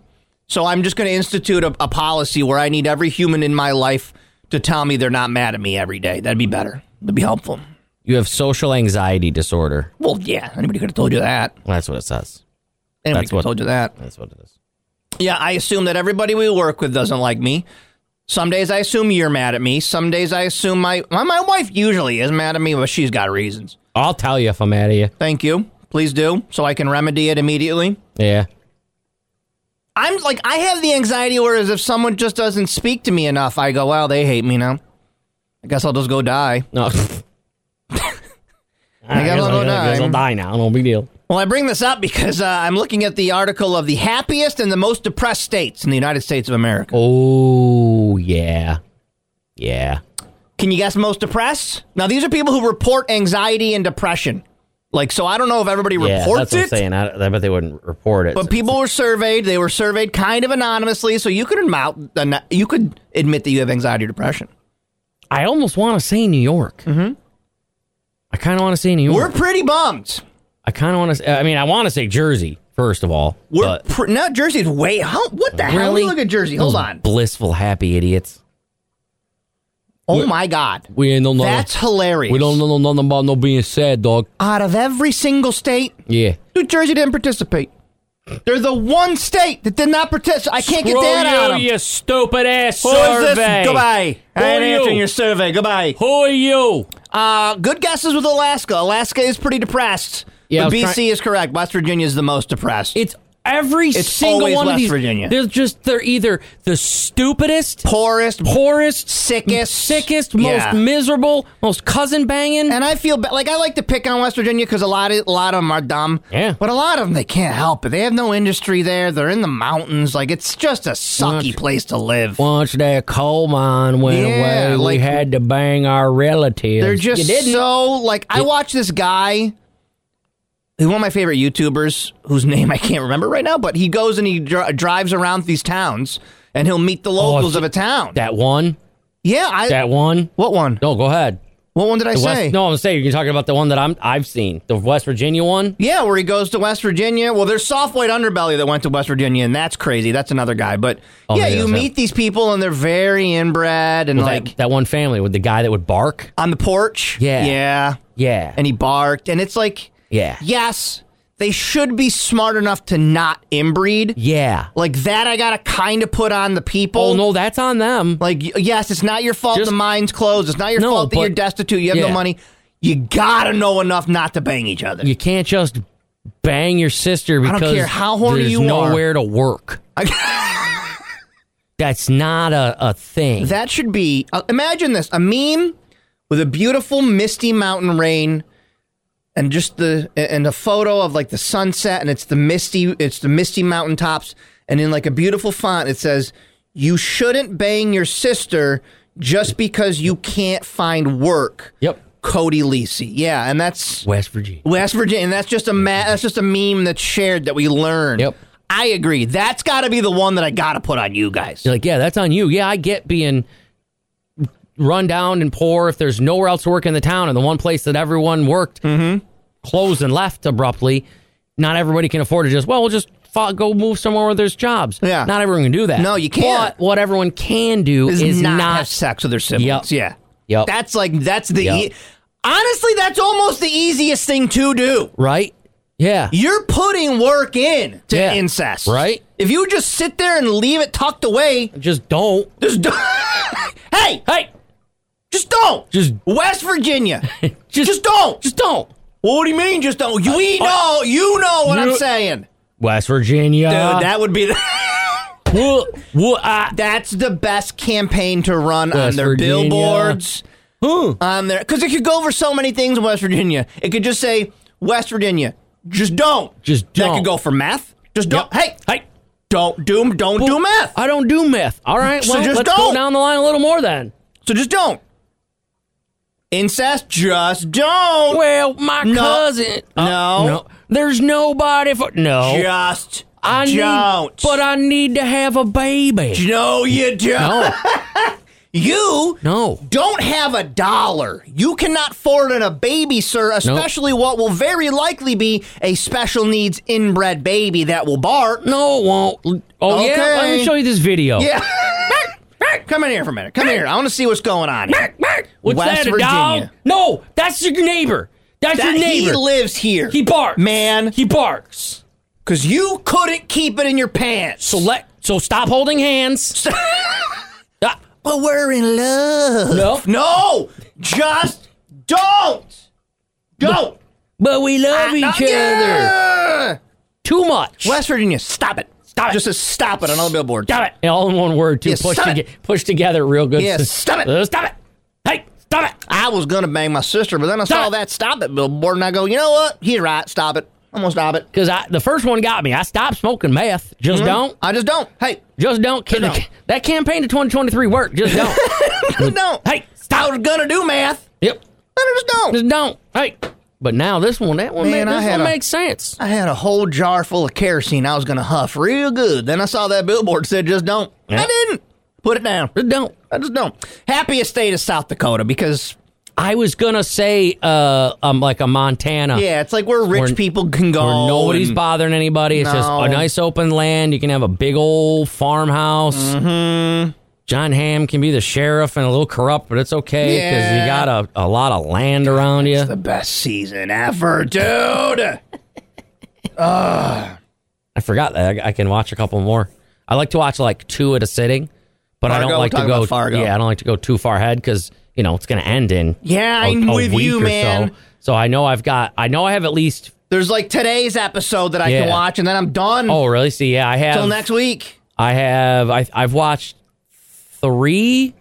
B: So I'm just going to institute a, a policy where I need every human in my life to tell me they're not mad at me every day. That'd be better. That'd be helpful.
A: (laughs) You have social anxiety disorder.
B: Well, yeah, anybody could have told you that.
A: Well, that's what it says.
B: Anybody
A: That's
B: could
A: what-
B: have told you that.
A: That's what it is.
B: Yeah, I assume that everybody we work with doesn't like me. Some days I assume you're mad at me. Some days I assume my my, my wife usually is mad at me, but she's got reasons.
A: I'll tell you if I'm mad at you.
B: Thank you. Please do, so I can remedy it immediately.
A: Yeah.
B: I'm like, I have the anxiety whereas if someone just doesn't speak to me enough, I go, well, they hate me now. I guess I'll just go die.
A: No. (laughs) I
B: got a little
A: I'll
B: dime.
A: die now. No big deal.
B: Well, I bring this up because uh, I'm looking at the article of the happiest and the most depressed states in the United States of America.
A: Oh yeah, yeah.
B: Can you guess most depressed? Now, these are people who report anxiety and depression. Like, so I don't know if everybody
A: Yeah,
B: reports
A: that's what I'm
B: it.
A: saying. I, I bet they wouldn't report it.
B: But people were surveyed. They were surveyed kind of anonymously, so you could amount, you could admit that you have anxiety or depression.
A: I almost want to say New York. Mm-hmm. I kind of want to say New
B: We're
A: York.
B: pretty bummed.
A: I kind of want to. I mean, I want to say Jersey first of all.
B: We're
A: but
B: pr- no Jersey's way. How, what the hell?
A: really,
B: Look at Jersey. Hold
A: Those
B: on.
A: Blissful, happy idiots.
B: Oh my God,
A: We ain't no
B: that's hilarious.
A: We don't know nothing about no being sad, dog.
B: Out of every single state,
A: Yeah.
B: New Jersey didn't participate. They're the one state that did not participate. I can't get that out of them.
A: you stupid ass
B: Who is this? Goodbye.
A: Who
B: I ain't
A: are you?
B: answering your survey. Goodbye.
A: Who are you?
B: Uh, good guesses with Alaska. Alaska is pretty depressed.
A: Yeah, I
B: but
A: was
B: BC
A: trying-
B: is correct. West Virginia is the most depressed.
A: It's every
B: It's
A: single
B: always
A: one
B: West
A: of these.
B: Virginia.
A: They're just they're either the stupidest,
B: poorest,
A: poorest,
B: Sickest.
A: sickest,
B: Yeah.
A: most miserable, most cousin banging.
B: And I feel ba- like I like to pick on West Virginia because a lot of a lot of them are dumb.
A: Yeah.
B: But a lot of them they can't help it. They have no industry there. They're in the mountains. Like it's just a sucky
A: Watch-
B: place to live.
A: Once that coal mine went
B: Yeah,
A: away,
B: like-
A: we had to bang our relatives.
B: They're
A: You
B: just
A: didn't.
B: so like I watch this guy who's one of my favorite YouTubers whose name I can't remember right now, but he goes and he dri drives around these towns and he'll meet the locals
A: Oh,
B: of a town.
A: that one.
B: yeah, I
A: That one.
B: what one?
A: No, go ahead.
B: What one did I
A: The
B: say?
A: West, no, I'm saying you're talking about the one that I'm I've seen, the West Virginia one.
B: Yeah, where he goes to West Virginia. Well, there's Soft White Underbelly that went to West Virginia, and that's crazy. That's another guy. But
A: Oh,
B: yeah,
A: maybe
B: you
A: that's
B: meet
A: him.
B: these people, and they're very inbred, and
A: With
B: like
A: that, that one family with the guy that would bark.
B: on the porch.
A: Yeah.
B: yeah,
A: Yeah.
B: and he barked, and it's like,
A: yeah.
B: yes, they should be smart enough to not inbreed.
A: Yeah.
B: Like that, I gotta kind of put on the people.
A: Oh no, that's on them.
B: Like y- yes, it's not your fault
A: Just-
B: the mine's closed. It's not your
A: No,
B: fault that
A: but-
B: you're destitute. You have no
A: yeah.
B: money. You gotta know enough not to bang each other.
A: You can't just bang your sister
B: don't
A: because
B: care how horny
A: there's
B: you are.
A: nowhere to work.
B: (laughs)
A: (laughs) That's not a, a thing.
B: That should be. Uh, imagine this: a meme with a beautiful misty mountain rain, and just the and a photo of like the sunset, and it's the misty, it's the misty mountain tops, and in like a beautiful font, it says, "You shouldn't bang your sister just because you can't find work."
A: yep.
B: Cody Lisi. Yeah, and that's
A: West Virginia.
B: West Virginia. And that's just a ma- that's just a meme that's shared that we learn.
A: Yep.
B: I agree. That's got to be the one that I got to put on you guys.
A: You're like, yeah, that's on you. Yeah, I get being run down and poor if there's nowhere else to work in the town and the one place that everyone worked
B: Mm-hmm.
A: closed and left abruptly. Not everybody can afford to just, well, we'll just fo- go move somewhere where there's jobs.
B: Yeah.
A: Not everyone can do that.
B: No, you can't.
A: But what everyone can do
B: is,
A: is,
B: not, have sex with their siblings.
A: Yep.
B: Yeah.
A: Yep.
B: That's like that's the
A: Yep.
B: e- honestly that's almost the easiest thing to do.
A: right? Yeah.
B: You're putting work in to
A: Yeah.
B: incest,
A: Right.
B: If you just sit there and leave it tucked away,
A: Just don't.
B: just don't. (laughs) hey,
A: Hey,
B: just don't.
A: Just-
B: West Virginia. (laughs)
A: just,
B: just don't.
A: just don't.
B: Well, what do you mean? Just don't. You, we know. You know what I'm
A: You-
B: saying, Uh,
A: West
B: dude.
A: Virginia.
B: that would be. The- (laughs)
A: Wha- wha- ah.
B: That's the best campaign to run on
A: West
B: their
A: Virginia.
B: billboards.
A: Huh.
B: on there because it could go over so many things in West Virginia. It could just say West Virginia, just don't,
A: Just
B: That could
A: don't.
B: go for meth. Just don't. Hey,
A: Hey,
B: don't do don't do meth.
A: I don't do meth. All right,
B: So
A: well,
B: just
A: let's
B: don't.
A: go down the line a little more then.
B: So just don't. Incest? Just don't.
A: Well, my cousin.
B: No.
A: Uh, no. There's nobody for no.
B: Just
A: I
B: don't.
A: need, but I need to have a baby.
B: no, you don't.
A: No,
B: You
A: no.
B: don't have a dollar. You cannot afford an, a baby, sir, especially what will very likely be a special needs inbred baby that will bark.
A: No, it won't. Oh yeah, let
B: Okay.
A: me show you this video.
B: (laughs) Yeah. Oh. Come in here for a minute. Come in here. I want to see what's going on here.
A: What's
B: West
A: that? A dog?
B: Virginia.
A: No, that's your neighbor. That's
B: That
A: your
B: he
A: neighbor.
B: lives here.
A: He barks,
B: Man.
A: He barks.
B: Because you couldn't keep it in your pants.
A: So let. So stop holding hands. Ah,
B: (laughs) but we're in love.
A: No.
B: No. Just don't. Don't.
A: but we love each other
B: Yeah.
A: too much.
B: West Virginia, stop it. Stop it. Just to stop it on all the billboards.
A: Stop it. All in one word, too.
B: Yeah,
A: push,
B: stop
A: toge-
B: it.
A: push together real good.
B: Yeah, stop it.
A: Uh, stop it. Hey, stop it.
B: I was going to bang my sister, but then I
A: Stop
B: saw
A: it.
B: that stop it billboard and I go, you know what? He's right. Stop it. I'm going to stop it.
A: Because I the first one got me. I stopped smoking meth. Just don't.
B: I just don't. Hey, (laughs)
A: Just don't. Can
B: Mm-hmm. Just don't.
A: That campaign to 2023 worked. Just
B: (laughs)
A: don't.
B: don't.
A: hey,
B: I was
A: stop.
B: going to do math.
A: Yep.
B: But I just don't.
A: Just don't. Hey. But now this one, that one,
B: Man,
A: ma-
B: I
A: this
B: had
A: one
B: a-
A: makes sense.
B: I had a whole jar full of kerosene I was going to huff real good. Then I saw that billboard said just don't. I
A: Yeah.
B: didn't. Put it down.
A: Just don't.
B: I just don't. Happiest state is South Dakota because,
A: I was gonna say, uh, um, like a Montana.
B: yeah, it's like where rich
A: Where-
B: people can go.
A: Where
B: Oh,
A: nobody's
B: and-
A: bothering anybody. It's just
B: No.
A: a nice open land. You can have a big old farmhouse.
B: Mm-hmm.
A: John Hamm can be the sheriff and a little corrupt, but it's okay because
B: Yeah.
A: you got a, a lot of land around you.
B: the best season ever, dude.
A: I forgot that I, I can watch a couple more. I like to watch like two at a sitting, but I
B: Fargo?
A: don't like
B: Talking
A: to
B: about
A: go.
B: Fargo.
A: Yeah, I don't like to go too far ahead because you know it's going to end in
B: Yeah,
A: a-
B: I'm
A: a
B: with
A: week
B: you,
A: or
B: man.
A: So. so I know I've got. I know I have at least.
B: There's like today's episode that I can
A: Yeah.
B: watch, and then I'm done
A: Oh, really? See, yeah, I have.
B: till next week.
A: I have I I've watched three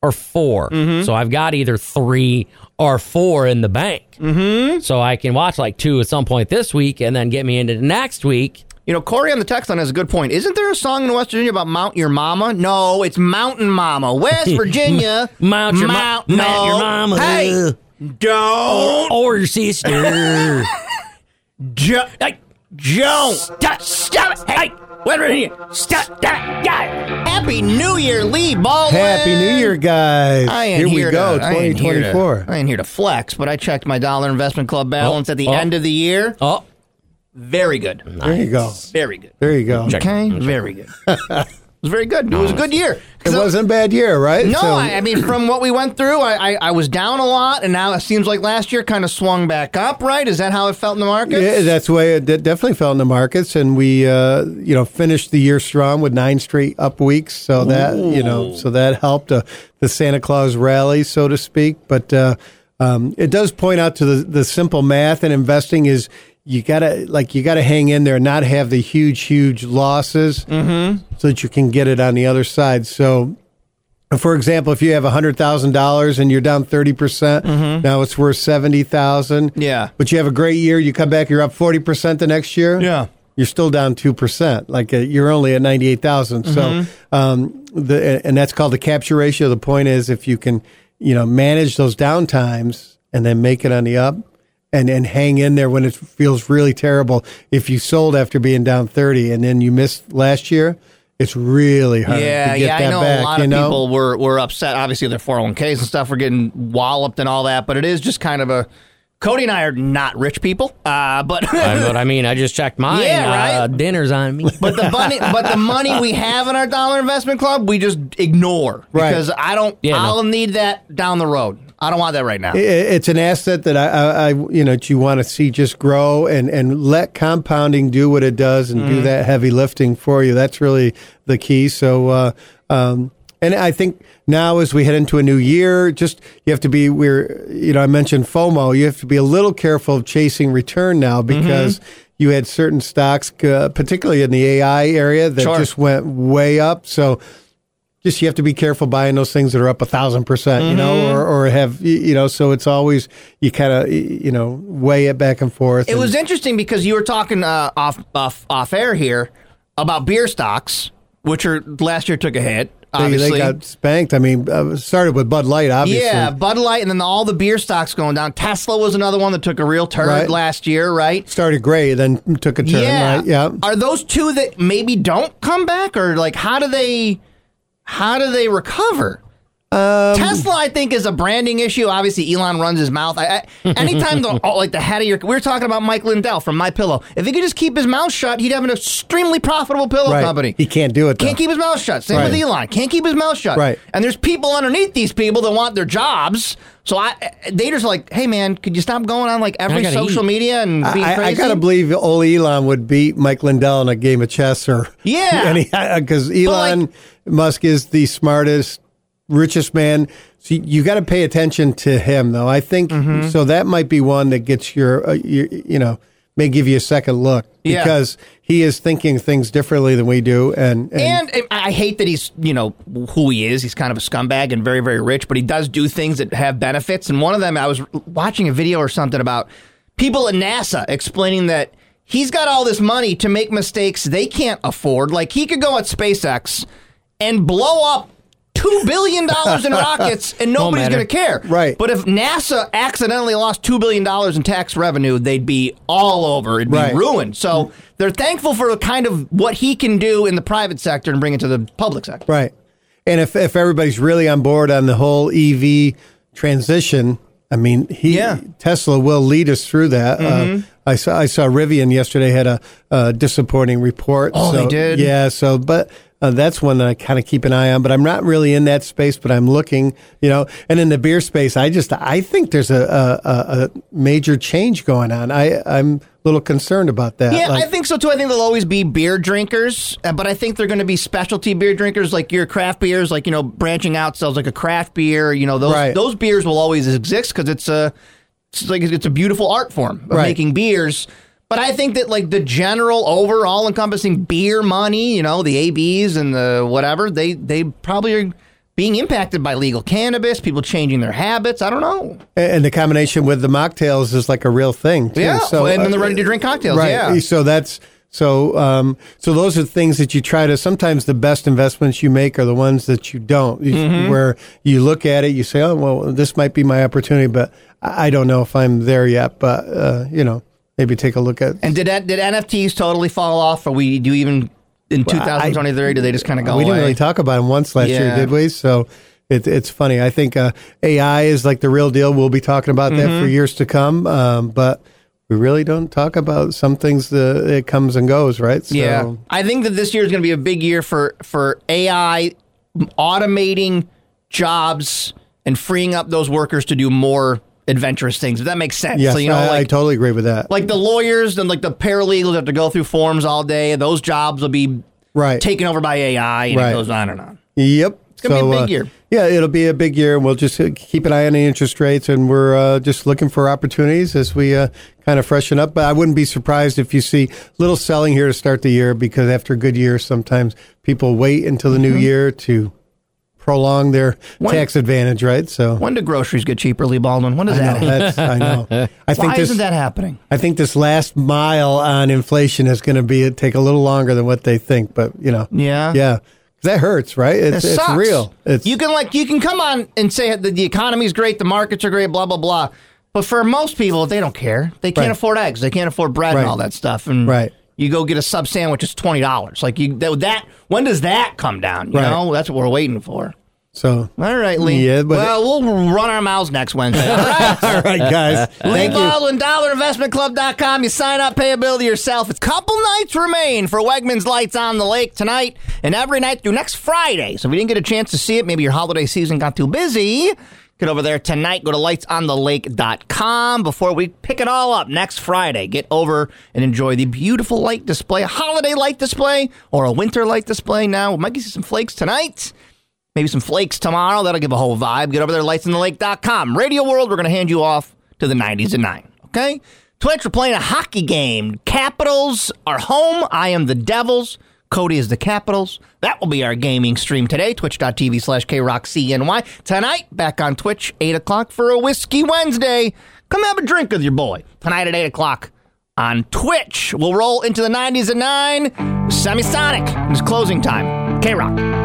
A: or 4
B: Mm-hmm.
A: So I've got either three or four in the bank. Mm-hmm. So I can watch like two at some point this week and then get me into next week.
B: You know, Corey on the text line has a good point. Isn't there a song in West Virginia about Mount Your Mama? No, it's Mountain Mama. (laughs) West Virginia.
A: Mount your ma-
B: Mount, no.
A: Mount your mama.
B: Hey, don't.
A: Or
B: (laughs)
A: your sister.
B: Jo- hey, don't. Stop, stop it. Hey, West Virginia. Stop, stop, stop. Happy New Year, Lee Baldwin.
G: Happy New Year, guys.
B: I ain't
G: Here
B: here
G: we go,
B: to, I ain't here to-
G: 2024.
B: I ain't here to flex, but I checked my dollar investment club balance at the
A: oh.
B: end of the year.
A: oh.
B: Very good.
G: There you go.
B: Very good.
G: There you go.
B: Okay, very good. (laughs) it was very good. It was a good year.
G: It wasn't a bad year, right?
B: No,
G: So-
B: I, I mean, from what we went through, I, I, I was down a lot, and now it seems like last year kind of swung back up, right? Is that how it felt in the market?
G: Yeah, that's the way it de- definitely fell in the markets, and we, uh, you know, finished the year strong with nine straight up weeks. So that you know, so that helped uh, the Santa Claus rally, so to speak. But uh, um, it does point out to the the simple math in investing is you gotta like you gotta hang in there, and not have the huge huge losses, so that you can get it on the other side. So for example, if you have hundred thousand dollars and you're down thirty percent, now it's worth seventy thousand.
B: Yeah.
G: but you have a great year. You come back, you're up forty percent the next year.
B: Yeah.
G: you're still down two percent. Like uh, you're only at ninety eight So,
B: Mm-hmm.
G: um, the and that's called the capture ratio. The point is, if you can, you know, manage those downtimes and then make it on the up. And, and hang in there when it feels really terrible. If you sold after being down 30 and then you missed last year, it's really hard
B: yeah,
G: to get
B: yeah.
G: that
B: I know
G: back.
B: a lot
G: you
B: of
G: know?
B: people were, were upset. Obviously, their 401ks and stuff were getting walloped and all that, but it is just kind of a. Cody and I are not rich people, uh, but (laughs)
A: I, but I mean, I just checked mine.
B: Yeah, right?
A: Uh, dinner's on me.
B: But the
G: (laughs)
B: money, but the money we have in our dollar investment club, we just ignore
G: Right.
B: because I don't.
A: Yeah, no.
B: I'll need that down the road. I don't want that right now.
G: I- it's an asset that I, I, I you know, that you want to see just grow and and let compounding do what it does and do that heavy lifting for you. That's really the key. So, uh, um, and I think now as we head into a new year, just you have to be we're you know I mentioned FOMO. You have to be a little careful of chasing return now because. You had certain stocks, uh, particularly in the AI area, that
B: Sure.
G: just went way up. So just you have to be careful buying those things that are up a thousand percent, you know,
B: Mm-hmm.
G: or, or have y- you know. So it's always you kind of you know weigh it back and forth.
B: It
G: and-
B: was interesting because you were talking uh, off off off air here about beer stocks, which are last year took a hit.
G: They, they
B: Obviously.
G: got spanked. I mean, uh, started with Bud Light, obviously.
B: Yeah, Bud Light, and then all the beer stocks going down. Tesla was another one that took a real turn
G: Right.
B: last year, right?
G: Started gray, then took a turn.
B: yeah.
G: Right? Yeah.
B: Are those two that maybe don't come back, or like how do they, how do they recover?
G: Um,
B: Tesla, I think, is a branding issue. Obviously, Elon runs his mouth. I,
G: (laughs)
B: I, anytime the oh, like the head of your, we were talking about Mike Lindell from My Pillow. If he could just keep his mouth shut, he'd have an extremely profitable pillow
G: Right.
B: company.
G: He can't do it. Though.
B: Can't keep his mouth shut. Same
G: Right.
B: with Elon. Can't keep his mouth shut.
G: Right.
B: And there's people underneath these people that want their jobs. So I, they just like, hey man, could you stop going on like every social media and being
G: I, I,
B: crazy?
G: I gotta believe old Elon would beat Mike Lindell in a game of chess, or
B: (laughs)
G: (laughs)
B: Yeah.
G: because Elon Musk is the smartest, richest man. So you, you got to pay attention to him, though. I think
B: Mm-hmm.
G: so. That might be one that gets your, uh, your you know, may give you a second look
B: Yeah.
G: because he is thinking things differently than we do, and
B: and,
G: and,
B: and I hate that he's, you know, who he is. He's kind of a scumbag and very, very rich, but he does do things that have benefits. And one of them, I was watching a video or something about people at NASA explaining that he's got all this money to make mistakes they can't afford. Like he could go at SpaceX and blow up. Two billion dollars in rockets, and
A: Won't
B: nobody's
A: matter.
B: going to care. Right. But if NASA accidentally lost two billion dollars in tax revenue, they'd be all over. It'd be
A: Right.
B: ruined. So they're thankful for kind of what he can do in the private sector and bring it to the public sector.
G: Right. And if, if everybody's really on board on the whole EV transition, I mean, he Tesla will lead us through that. Uh,
B: Mm-hmm.
A: Mhm.
G: I saw I saw Rivian yesterday had a, uh disappointing report.
A: Oh,
G: so,
A: they did?
G: Yeah. So, but uh, that's one that I kind of keep an eye on. But I'm not really in that space. But I'm looking, you know. And in the beer space, I just I think there's a a, a, a major change going on. I I'm a little concerned about that.
B: Yeah,
G: Like-
B: I think so too. I think there'll always be beer drinkers, uh, but I think they're going to be specialty beer drinkers, like your craft beers, like you know, branching out sells like a craft beer. You know, those
A: Right.
B: those beers will always exist because it's a it's like it's a beautiful art form of
A: Right.
B: making beers. But I think that like the general overall encompassing beer money, you know, the ABs and the whatever, they they probably are being impacted by legal cannabis, people changing their habits. I don't know.
G: And and the combination with the mocktails is like a real thing. Too.
B: Yeah,
G: So,
B: and then the
G: uh,
B: ready-to-drink cocktails,
G: Right.
B: yeah.
G: So that's so um, so those are things that you try to. Sometimes the best investments you make are the ones that you don't, you,
B: Mm-hmm.
A: Mhm.
G: where you look at it, you say, "Oh, well, this might be my opportunity," but I I don't know if I'm there yet. But uh, you know, maybe take a look at.
B: And did that- did NFTs totally fall off, or we do even in
G: Well, I-
B: 2023? Do they just kind of go
G: we
B: away?
G: didn't really talk about him once last year,
B: Yeah.
G: did we? So it, it's funny. I think uh, AI is like the real deal. We'll be talking about that for
B: Mhm.
G: years to come. Um, but we really don't talk about some things that it comes and goes, right? So,
B: yeah, I think that this year is going to be a big year for for AI automating jobs and freeing up those workers to do more adventurous things. If that makes sense,
G: Yes,
B: so you know,
G: I, I
B: like
G: totally agree with that.
B: like the lawyers and like the paralegals have to go through forms all day. Those jobs will be
G: right
B: taken over by AI, and
G: Right.
B: it goes on and on.
G: Yep. It's
B: gonna be a big year.
G: Yeah, it'll be a big year, and we'll just uh, keep an eye on the interest rates, and we're uh, just looking for opportunities as we uh, kind of freshen up. But I wouldn't be surprised if you see little selling here to start the year because after a good year, sometimes people wait until the
B: Mm-hmm.
G: new year to prolong their
B: When-
G: tax advantage, right? So
B: When do groceries get cheaper, Lee Baldwin? When does
G: I know,
B: that? happen?
G: that's- I know. I think
B: Why
G: this-
B: isn't that happening?
G: I think this last mile on inflation is going to be take a little longer than what they think, but you know,
B: Yeah.
G: yeah, that hurts, right? It's,
B: It
G: it's
B: sucks.
G: real. It's
B: you can like you can come on and say that the economy's great, the markets are great, blah blah blah. But for most people, they don't care. They can't
G: Right.
B: afford eggs. They can't afford bread
G: Right.
B: and all that stuff. And
G: Right.
B: you go get a sub sandwich, it's twenty dollars. Like you that, that. When does that come down? You
G: Right.
B: know, that's what we're waiting for.
G: so
B: All right, Lee.
G: Yeah, but-
B: well, we'll run our mouths next Wednesday. All right,
G: (laughs) All
B: (laughs)
G: right, guys.
B: Uh, Lee
G: Thank you.
B: Baldwin, dollarinvestmentclub.com. You sign up, pay a bill to yourself. A couple nights remain for Wegman's Lights on the Lake tonight and every night through next Friday. So if you didn't get a chance to see it, maybe your holiday season got too busy. Get over there tonight. Go to lightsonthelake.com before we pick it all up next Friday. Get over and enjoy the beautiful light display, a holiday light display or a winter light display now. We might get some flakes tonight. Maybe some flakes tomorrow. That'll give a whole vibe. Get over there, lightsonthelake.com. Radio World, we're going to hand you off to the 90s and 9. Okay? Twitch, we're playing a hockey game. Capitals are home. I am the Devils. Cody is the Capitals. That will be our gaming stream today. Twitch.tv slash KRockCNY. Tonight, back on Twitch, 8 o'clock for a Whiskey Wednesday. Come have a drink with your boy. Tonight at 8 o'clock on Twitch. We'll roll into the 90s and 9. Semisonic. It's closing time. K Rock.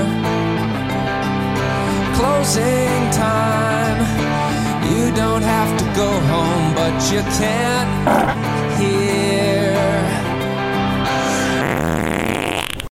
C: Closing time. You don't have to go home, but you can't